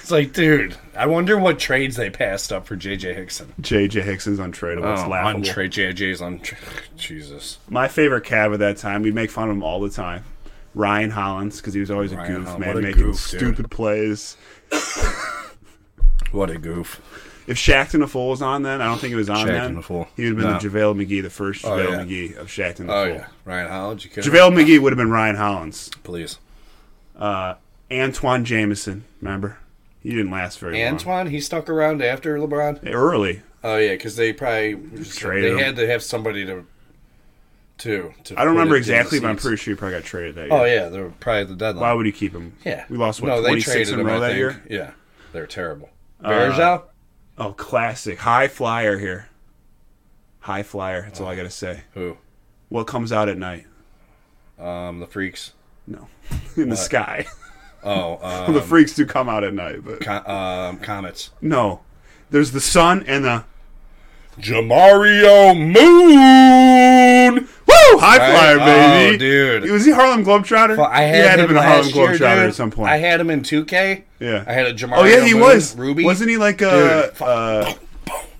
It's like, dude, I wonder what trades they passed up for JJ Hickson. Oh, J.J. Hickson's untradeable. it's laughable. untrade JJ's untra Jesus. My favorite cab at that time. We'd make fun of him all the time. Ryan Hollins, because he was always a Ryan goof, Holl- what man, a making goof, dude. stupid plays. What a goof. If Shaqton the Fool was on then, I don't think it was on Shaqton then. the Fool. He would have been No. the JaVale McGee, the first Oh, JaVale yeah. McGee of Shaqton the Oh Fool. yeah, Ryan Howard, you kidding? me? JaVale McGee would have been Ryan Hollins. please. Antoine Jameson, remember? He didn't last very long. Antoine, he stuck around after LeBron. Early. Oh yeah, because they probably trade they him. had to have somebody to to. to I don't put remember it in exactly, the but I'm seats. pretty sure he probably got traded that year. Oh yeah, they were probably at the deadline. Why would you keep him? yeah, We lost, what, 26 in a him, row I that think. year? Uh, Yeah, they're terrible. Bergeau, Oh, classic. High flyer here. High flyer. That's all I got to say. who? What comes out at night? Um, the freaks. No. [LAUGHS] In the sky. Oh, Well, [LAUGHS] uh, the freaks do come out at night, but co- um, comets. no. There's the sun and the Jamario Moon. woo high flyer, Right? baby. Oh, dude. was he Harlem Globetrotter? Well, I had, he had him, to been a Harlem last year, Globetrotter dude. at some point. I had him in 2K. Yeah. I had a Jamario. Oh yeah, he Moon, was Ruby. Wasn't he like a? Dude, uh,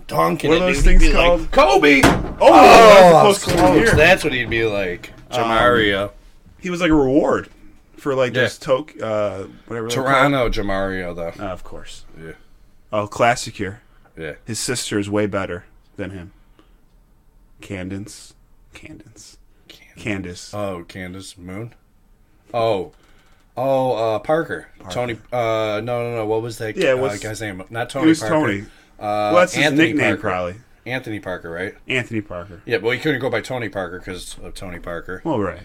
Dunking What it, are those dude. He'd things be like, called? Kobe. oh, that was the closest one close. here. That's what he'd be like. Um, Jamario. He was like a reward for like Yeah. this toke, uh, whatever. they're Toronto Jamario though. called. Uh, of course. Yeah. Oh, classic here. Yeah. His sister is way better than him. Candence, Candence, Candace. Oh, Candace Moon. Oh. Oh, uh, Parker. Tony. Uh, no, no, no. What was that Yeah, it uh, was- guy's name? Not it Tony. was Parker. Tony. Uh, well, that's his Anthony nickname, Parker. probably. Anthony Parker, right? Anthony Parker. Yeah, but he couldn't go by Tony Parker because of Tony Parker. Well, right.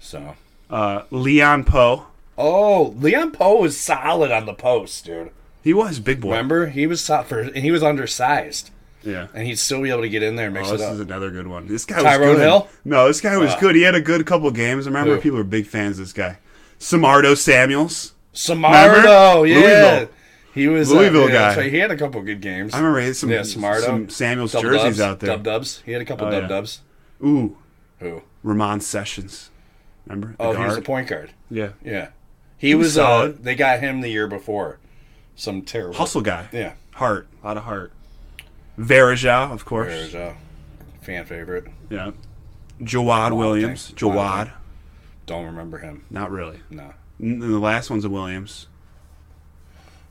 So. Uh, Leon Poe. Oh, Leon Poe was solid on the post, dude. He was big boy. Remember, he was so- for and he was undersized, Yeah. and he'd still be able to get in there and mix Oh, it this up. is another good one. This guy Tyrone was good. Hill? No, this guy was Ah. good. He had a good couple games. I remember Who? people were big fans of this guy. Samardo Samuels. Samardo, Remember? yeah, Louisville. he was uh, Louisville yeah, that's guy. right. He had a couple good games. I remember he had some, yeah, Samardo, some Samuels Dub jerseys dubs, out there. Dub dubs. He had a couple Oh, dub yeah. dubs. Ooh, Who? Ramon Sessions. Remember? The Oh, he was guard? the point guard. Yeah. Yeah, he, was was. Uh, solid. they got him the year before. Some terrible Hustle guy. Yeah. Heart. A lot of heart. Verajao, of course. There's a fan favorite. Yeah. Jawad Williams. thing. Wild Jawad. Don't remember him. Not really. No. And the last one's a Oh, Williams.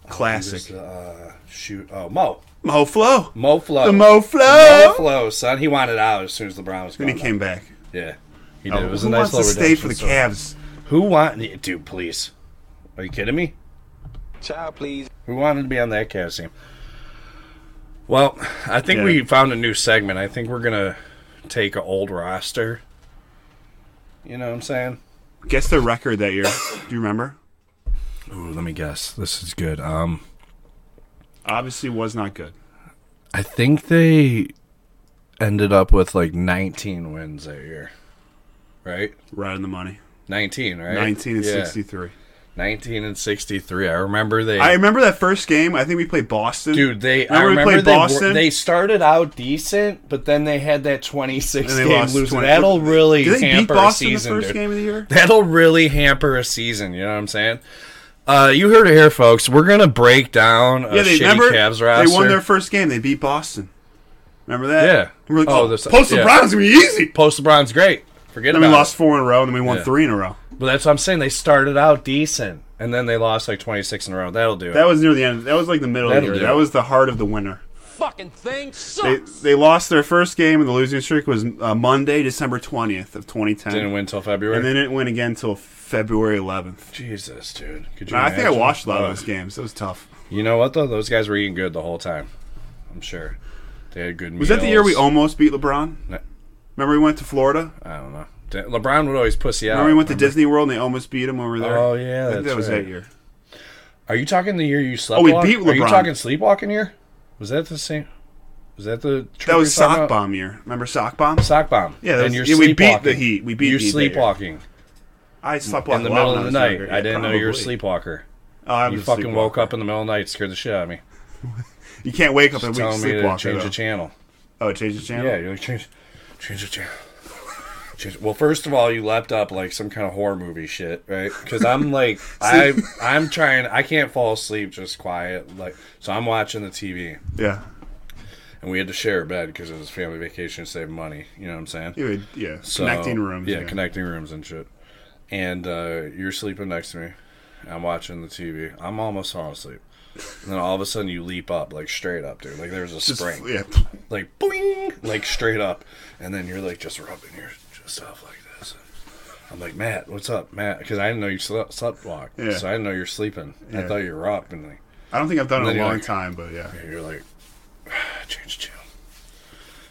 Just, Classic. uh, shoot. Oh, Mo. Mo Flow. Mo Flo. The Mo Mo Flow. Flo, son. He wanted out as soon as LeBron was gone. Then he came back. Yeah. He did. Oh, it was who a nice wants little to stay for the redemption story. Cavs? Who want dude, please. Are you kidding me? Child, please. Who wanted to be on that Cavs team? Well, I think Yeah. we found a new segment. I think we're gonna take an old roster. You know what I'm saying? Guess the record that year. Do you remember? Ooh, let me guess. This is good. Um Obviously was not good. I think they ended up with like nineteen wins that year. Right? Right on the money. Nineteen, right? 19 and Yeah. 63. Nineteen and sixty three. I remember they I remember that first game. I think we played Boston. Dude, they remember, I we remember played they, wor- Boston. they started out decent, but then they had that 26 and they game lost losing. 20 That'll really Did they beat hamper Boston a the season. first dude. game of the year? That'll really hamper a season. You know what I'm saying? Uh, you heard it here, folks. We're gonna break down a Yeah, they shitty remember Cavs roster. they won their first game. They beat Boston. Remember that? Yeah. We were like, Oh, oh, this- post yeah. the Browns gonna be easy. post LeBron's great. Forget Then we about lost it. four in a row, and then we won Yeah. three in a row. But that's what I'm saying. They started out decent, and then they lost like 26 in a row. That'll do it. That was near the end. That was like the middle That'll of do the year. That it. was the heart of the winter. Fucking thing They, sucks. they lost their first game, and the losing streak was uh, Monday, December twentieth of twenty Didn't ten, win till February. and then it went again till February eleventh. Jesus, dude. Could you? I think I imagine? watched a lot of Oh. those games. It was tough. You know what though? Those guys were eating good the whole time. I'm sure they had good. Was that the year we almost beat LeBron? No. Remember we went to Florida? I don't know. Da- LeBron would always pussy out. Remember we went to Disney World and they almost beat him over there? Oh, yeah, I think that's that was right. that year. Are you talking the year you slept? Oh, we beat Are you LeBron. talking sleepwalking year? Was that the same? Was that the? trip That was you're talking sock about? bomb year. Remember sock bomb? Sock bomb. Yeah, that and was- you're yeah, we beat the sleepwalking. Heat. We beat You're the Heat that year. sleepwalking I slept in the a lot middle when of the was night. younger. I Yeah, didn't know you were a probably. sleepwalker. Oh, I You was a fucking woke sleepwalker. up in the middle of the night, scared the shit out of me, You can't wake up and we telling me to sleepwalker. change though. the channel. oh, change the channel. Yeah, you're like change, change the channel. Change. Well, first of all, you leapt up like some kind of horror movie shit, right? Because I'm [LAUGHS] like, I I'm trying, I can't fall asleep just quiet, like so I'm watching the TV, Yeah. and we had to share a bed because it was family vacation to save money. You know what I'm saying? You would- yeah. So- connecting rooms. Yeah, connecting rooms and shit. And uh, you're sleeping next to me. I'm watching the TV. I'm almost falling asleep. And then all of a sudden you leap up, like straight up, dude. Like there's a Just- spring Yeah. like boing, like straight up, and then you're like just rubbing your just off like this. I'm like Matt, what's up, Matt? Because I didn't know you slept, slept walk, Yeah. so I didn't know you're sleeping. I Yeah. thought you were up, and like, I don't think I've done it Then in a you're long like- time, but yeah. and you're like, [SIGHS] change the channel.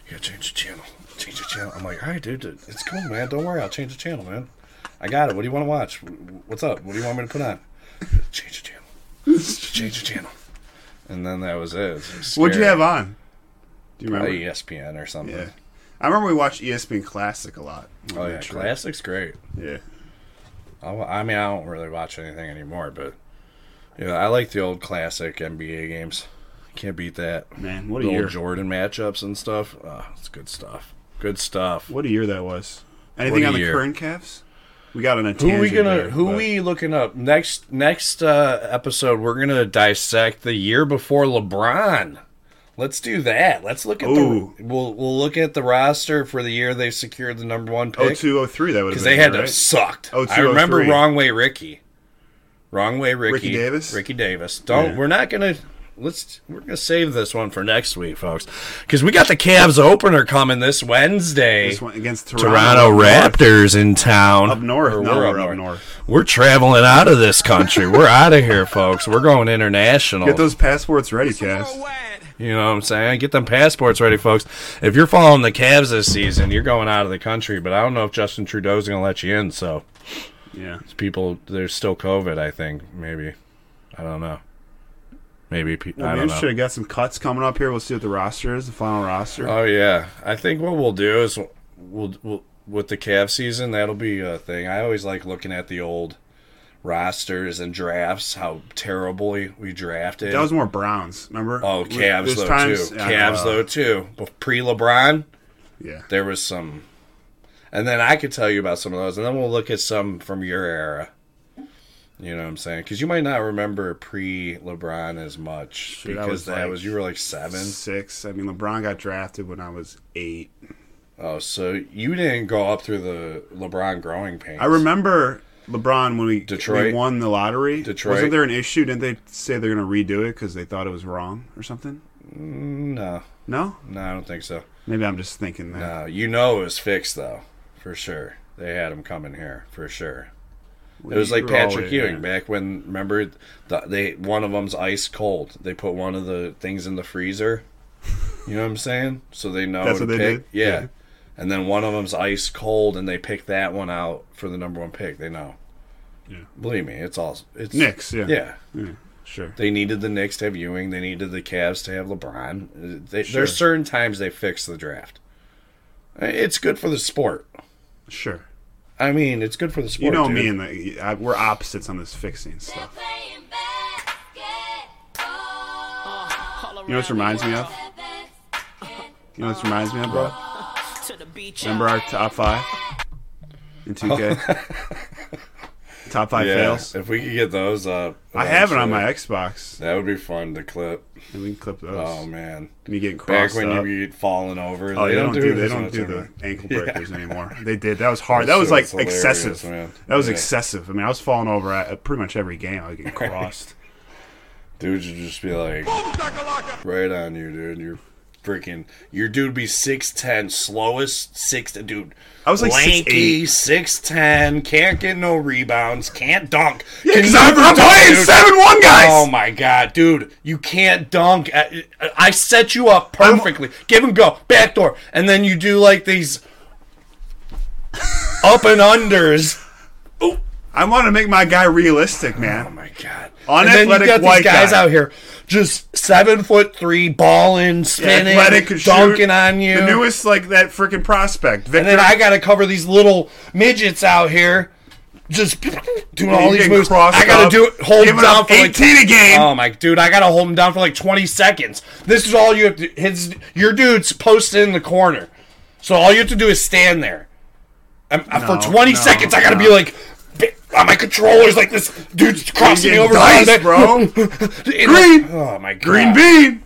You gotta change the channel. Change the channel. I'm like, all right, dude, dude, it's cool, man. Don't worry, I'll change the channel, man. I got it. What do you want to watch? What's up? What do you want me to put on? Change the channel. Change the channel. And then that was it. It was What'd you scary. Uh, E have on? Do you remember? Probably ESPN or something. Yeah. I remember we watched E ESPN Classic a lot. when Oh we yeah, were tri- classic's great. Yeah. I, wa- I mean, I don't really watch anything anymore, but yeah, I like the old classic NBA games. Can't beat that. Man, what a the year. old Jordan matchups and stuff. Oh, it's good stuff. Good stuff. What a year that was. What Anything a on the year. current Cavs? We got on a Who tangent we gonna? there, who but- we looking up next? Next uh, episode, we're gonna dissect the year before LeBron. Let's do that. Let's look at Ooh. the. We'll we'll look at the roster for the year they secured the number one pick. 0203 that would have because been they had right? to have sucked. Oh, I remember 203. wrong way Ricky, wrong way Ricky, Ricky Davis? Ricky Davis. Don't Yeah. we're not gonna let's we're gonna save this one for next week, folks, because we got the Cavs opener coming this Wednesday. This one against Toronto, Toronto North. Raptors in town. Up north. Or No, we're we're up north. We're traveling out of this country. we're out of here, folks. We're going international. Get those passports ready, Cavs. You know what I'm saying? Get them passports ready, folks. If you're following the Cavs this season, you're going out of the country. But I don't know if Justin Trudeau's going to let you in. So Yeah. people there's still covid i think maybe i don't know maybe pe- Well, i we don't should know have got some cuts coming up here. We'll see what the roster is, the final roster. oh yeah i think what we'll do is we'll, we'll with the calf season that'll be a thing i always like looking at the old rosters and drafts how terribly we drafted that was more Browns, remember? oh We- Cavs there's though times- too yeah, Cavs uh, though too pre lebron Yeah. there was some and then i could tell you about some of those and then we'll look at some from your era you know what i'm saying because you might not remember pre lebron as much I because was that like was you were like seven Six. I mean, LeBron got drafted when I was eight. Oh, so you didn't go up through the LeBron growing pains. I remember LeBron when we Detroit. they won the lottery. Detroit. Wasn't there an issue? Didn't they say they're going to redo it because they thought it was wrong or something? No, No, no, I don't think so. maybe I'm just thinking that. Uh, you know it was fixed though, for sure. They had him coming here for sure. It was like We're all Patrick in Ewing there. back when. Remember, the, they one of them's ice cold. They put one of the things in the freezer. You know what I'm saying? So they know That's to what they pick. did? Yeah. Yeah. and then one of them's ice cold, and they pick that one out for the number one pick. They know. Yeah. Believe me, it's all it's Knicks. Yeah. Yeah, Yeah, Sure. they needed the Knicks to have Ewing. They needed the Cavs to have LeBron. Uh, They, Sure. There's certain times they fix the draft. Uh, It's good for the sport. Sure. I mean, it's good for the sport. You know dude. me and the, I, we're opposites on this fixing stuff. You know what this reminds me of? You know what this reminds me of, bro? Remember our top five in 2K? top five Oh. [LAUGHS] Yeah, fails. If we could get those up, I have it on eventually, my Xbox. That would be fun to clip. And we can clip those. Oh man, Me getting crossed back when up. you get fallen over. Oh, they, don't, do, this they don't much do the anymore. [LAUGHS] ankle breakers anymore. They did. That was hard. That That was shit like was hilarious, excessive. man. That was Yeah. excessive. I mean, I was falling over at at pretty much every game. I was getting crossed. [LAUGHS] Dude should just be like, Dakalaka. right on you, dude. You're freaking. Your dude be six ten, slowest six. Dude, I was like lanky, six ten, can't get no rebounds, can't dunk. Yeah, I'm, I'm playing seven one guys. Oh my god, dude! You can't dunk. I, I set you up perfectly. Give him go backdoor, and then you do like these up and unders. I want to make my guy realistic, man. Oh my god! and then you Unathletic got these white guys guy. out here, just seven foot three, balling, spinning, Athletic could shoot. dunking on you. The newest, like that freaking prospect, Victor. and then I got to cover these little midgets out here, just doing all He's these getting moves. crossed I got up, to do it, hold him giving down up for 18 like, a game. Oh my dude, I got to hold him down for like 20 seconds. This is all you have to. His your dude's posted in the corner, so all you have to do is stand there. I'm, I- No, for 20 no, seconds, I got to no. be like. bi- On my controllers, like this dude's crossing me getting over. diced, like that. bro. [LAUGHS] And, Green. like, oh my god. Green Bean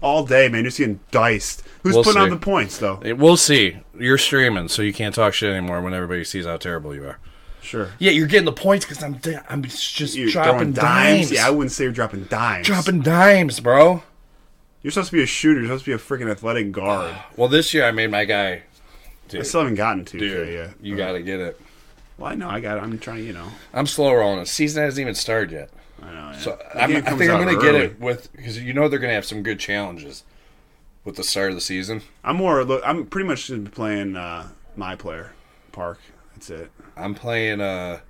all day, man. Just getting diced. Who's We'll putting on see. the points though? We'll see. You're streaming, so you can't talk shit anymore when everybody sees how terrible you are. Sure. Yeah, you're getting the points because I'm di- I'm just You're dropping throwing dimes. Yeah, I wouldn't say you're dropping dimes. dropping dimes, bro. You're supposed to be a shooter. You're supposed to be a freaking athletic guard. Well, this year I made my guy. I still haven't gotten to Dude, you yet. you gotta get it. Well, I know. I got. I'm trying. You know. I'm slow rolling. The season hasn't even started yet, I know. yeah. so The I'm, I game comes think I'm out gonna get early. it with because you know they're gonna have some good challenges with the start of the season. I'm more. Look, I'm pretty much just playing uh, my player, Park. That's it. I'm playing uh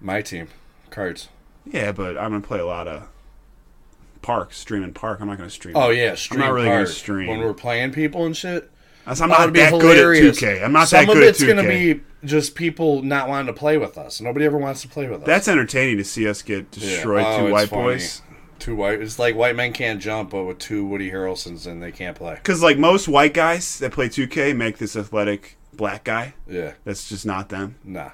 my team cards. Yeah, but I'm gonna play a lot of Park streaming Park. I'm not gonna stream. Oh yeah, stream I'm not really gonna cards. stream. when we're playing people and shit. That's- I'm That not would be that hilarious. good at 2K. I'm not Some that of good it's at 2K. gonna be just people not wanting to play with us. Nobody ever wants to play with us. That's entertaining to see us get Yeah. destroyed. Oh, Two it's white funny. boys. Two white. It's like white men can't jump, but with two Woody Harrelsons and they can't play. Because like most white guys that play 2K make this athletic black guy. Yeah. That's just not them. Nah.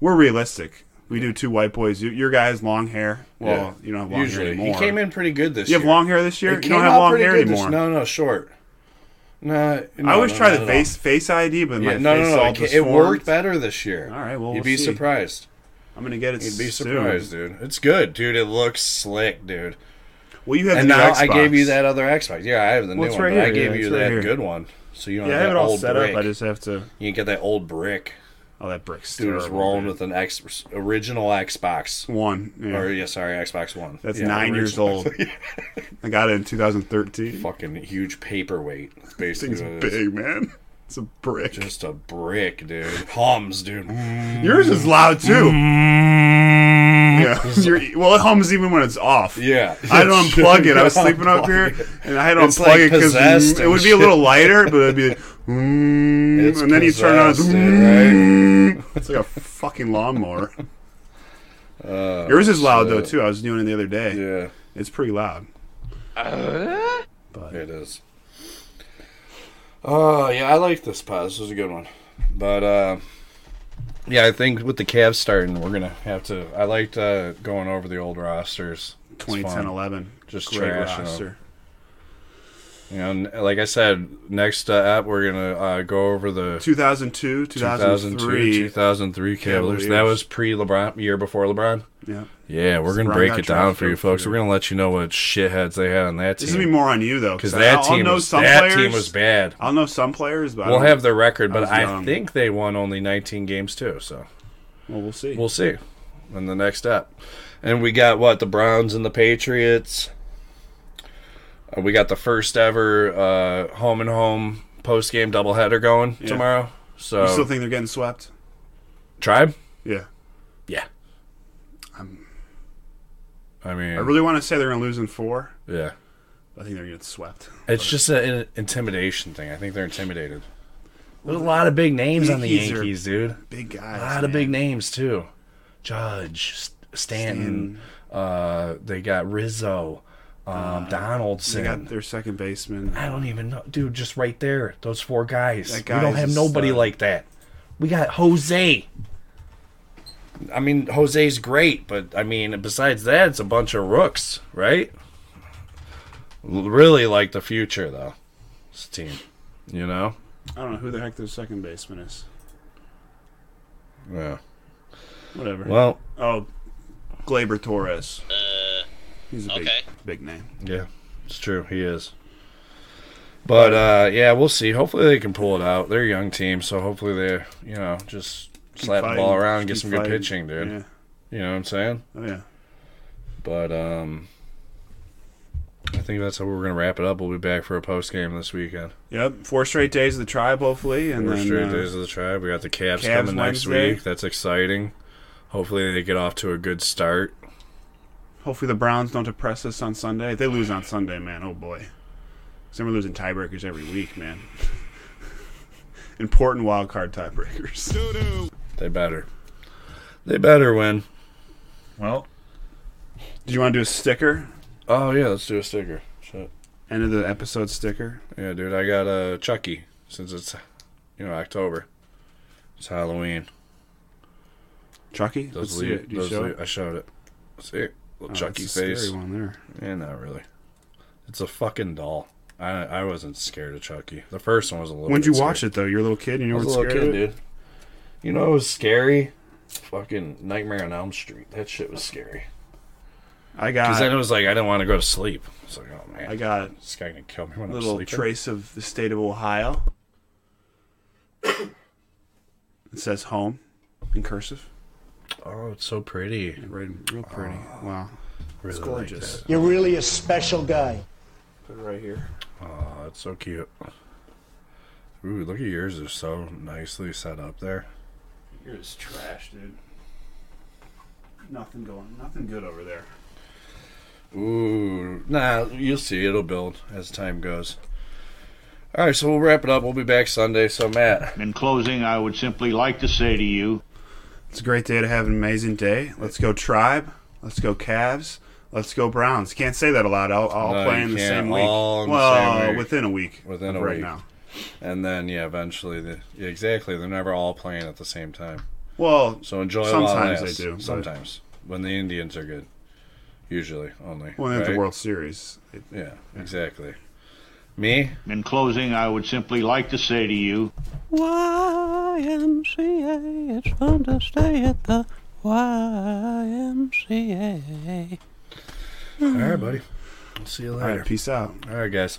We're realistic. We do two white boys. You, your guy has long hair. Well, yeah. you don't have long Usually. hair anymore. He came in pretty good this You year. have long hair this year. It You came don't out have long pretty hair good this- anymore. no, no, short. Nah, no, I always no, try not the at all. face Face ID, but my Yeah, no, face no, no. all It, ca- it worked disformed. better this year. All right, well, you'd we'll be see. surprised. I'm gonna get it. You'd be soon. surprised, dude. It's good, dude. It looks slick, dude. Well, you have And the new now I Xbox. gave you that other Xbox. Yeah, I have the Well, new it's one. right but I here, yeah, gave you it's right that here. good one, so you don't Yeah, I have have that it all uh, old set brick. up. I just have to. You get that old brick. Oh, that brick's Dude was terrible, rolling dude. with an X original Xbox. one. Yeah. Or yeah, sorry, Xbox One. That's Yeah, nine original- years old. I got it in 2013. [LAUGHS] Fucking huge paperweight. That's Thing's basically what it is. big, man. It's a brick. Just a brick, dude. Hums, dude. Mm, Yours is loud too. Yeah. [LAUGHS] Your- well, it hums even when it's off. Mm-hmm. Yeah. [LAUGHS] I had to Yeah, sure. unplug it. I was Yeah, sleeping up unplug here, it. and I had to It's unplug like it because possessed it would and be a shit. little lighter, but it'd [LAUGHS] be like, mm, It's and then you turn it on, it's, possessed, dude, mm. it's like a [LAUGHS] fucking lawnmower. Yours is loud though too. I was doing it the other day. Uh, Yeah, It's pretty loud. But it is. Oh yeah, I like this pod. This was a good one. But uh, yeah, I think with the Cavs starting, we're gonna have to. I liked uh, going over the old rosters. It's fun. 2010, 11, Just great trashing 'em. roster. You know, n- like I said, next uh, app we're gonna uh, go over the 2002, 2003. 2002, 2003 Cavaliers. Cavaliers. That was pre LeBron, year before LeBron. Yeah. Yeah, we're gonna LeBron break got it down drafted for you folks. We're gonna let you know what shitheads they had on that This is gonna be team. more on you though, Because I- that I'll team know was some that players, team was bad. I'll know some players, but Um, I We'll don't- have the record, but was I young. think they won only 19 games too. So Well, we'll see. we'll see in the next step. And we got what the Browns and the Patriots. Uh, we got the first ever uh, home and home post game doubleheader going tomorrow. So you still think they're getting swept? tribe, Yeah. yeah. i mean, I really want to say they're gonna lose in four. yeah. I think they're getting swept. It's just a- an intimidation thing. I think they're intimidated. There's a lot of big names on the Yankees are- Yankees, dude. Big A guys. lot of Ah, big names too. Judge, S- Stanton. Uh, they got Rizzo, um, Uh, They Donaldson. got their second baseman. I don't even know, dude. Just right there, those four guys. That we guy don't is have a nobody stud. like that. We got Jose. I mean, Jose's great, but I mean, besides that, it's a bunch of rooks, right? L- Really like the future though. This team, you know. I don't know who the heck their second baseman is. Yeah. Whatever. Well, oh, Glaber Torres. He's a big, big name. Yeah, it's true. He is. But uh, yeah, we'll see. Hopefully they can pull it out. They're a young team, so hopefully they, you know, just slap the Fighting. ball around, and get Keep some good fighting. pitching, dude. You know what I'm saying? Yeah. Oh yeah. But um, I think that's how we're gonna wrap it up. We'll be back for a post game this weekend. Yep. Four straight days of the tribe, hopefully, and Four then straight uh, days of the tribe. We got the Cavs, Cavs coming next Wednesday. week. That's exciting. Hopefully they get off to a good start. hopefully the Browns don't depress us on Sunday. If they lose on Sunday, man, oh boy. Because then we're losing tiebreakers every week, man. [LAUGHS] Important wild card tiebreakers. They better. They better win. Well, do you want to do a sticker? Oh yeah, let's do a sticker. Shit. End of the episode sticker. Yeah, dude, I got a Chucky since it's you know October. It's Halloween. Chucky, let's see lea- it. Do you those show lea- it? I showed it. See it? Little Oh, Chucky that's a face. Scary one there. Yeah, not really. It's a fucking doll. I I wasn't scared of Chucky. The first one was a little. When'd bit you watch scary. it though? You're a little kid. and You I were was a little scared kid, of it. dude. You know it was scary. Fucking Nightmare on Elm Street. That shit was scary. I Because then got. it was like I didn't want to go to sleep. It's like oh man, I got this guy gonna kill me when [LAUGHS] a I'm little sleeping. trace of the state of Ohio. [COUGHS] it says home in cursive. oh, it's so pretty. Right, real pretty. Ah. Wow. Really like gorgeous. that. You're really a special guy. Put it right here. Oh, it's so cute. Ooh, look at yours. They're so nicely set up there. You're just trash, dude. Nothing going, nothing good over there. Ooh, nah, you'll see. It'll build as time goes. All right, so we'll wrap it up. We'll be back Sunday. So, Matt, In closing, I would simply like to say to you It's a great day to have an amazing day. Let's go Tribe. Let's go Cavs. Let's go Browns. Can't say that a lot. I'll, I'll No, play you in the can't. same week. All in the well, same week. within a week. Within of a right week. now. and then yeah, eventually, the, yeah, exactly. They're never all playing at the same time. Well, So enjoy. while it Sometimes they lasts. do, but- Sometimes when the Indians are good, usually only. when at the right? World Series, it, Yeah, exactly. Me, In closing, I would simply like to say to you YMCA, it's fun to stay at the YMCA. all right, buddy. I'll see you all later. right. Peace out. all right guys.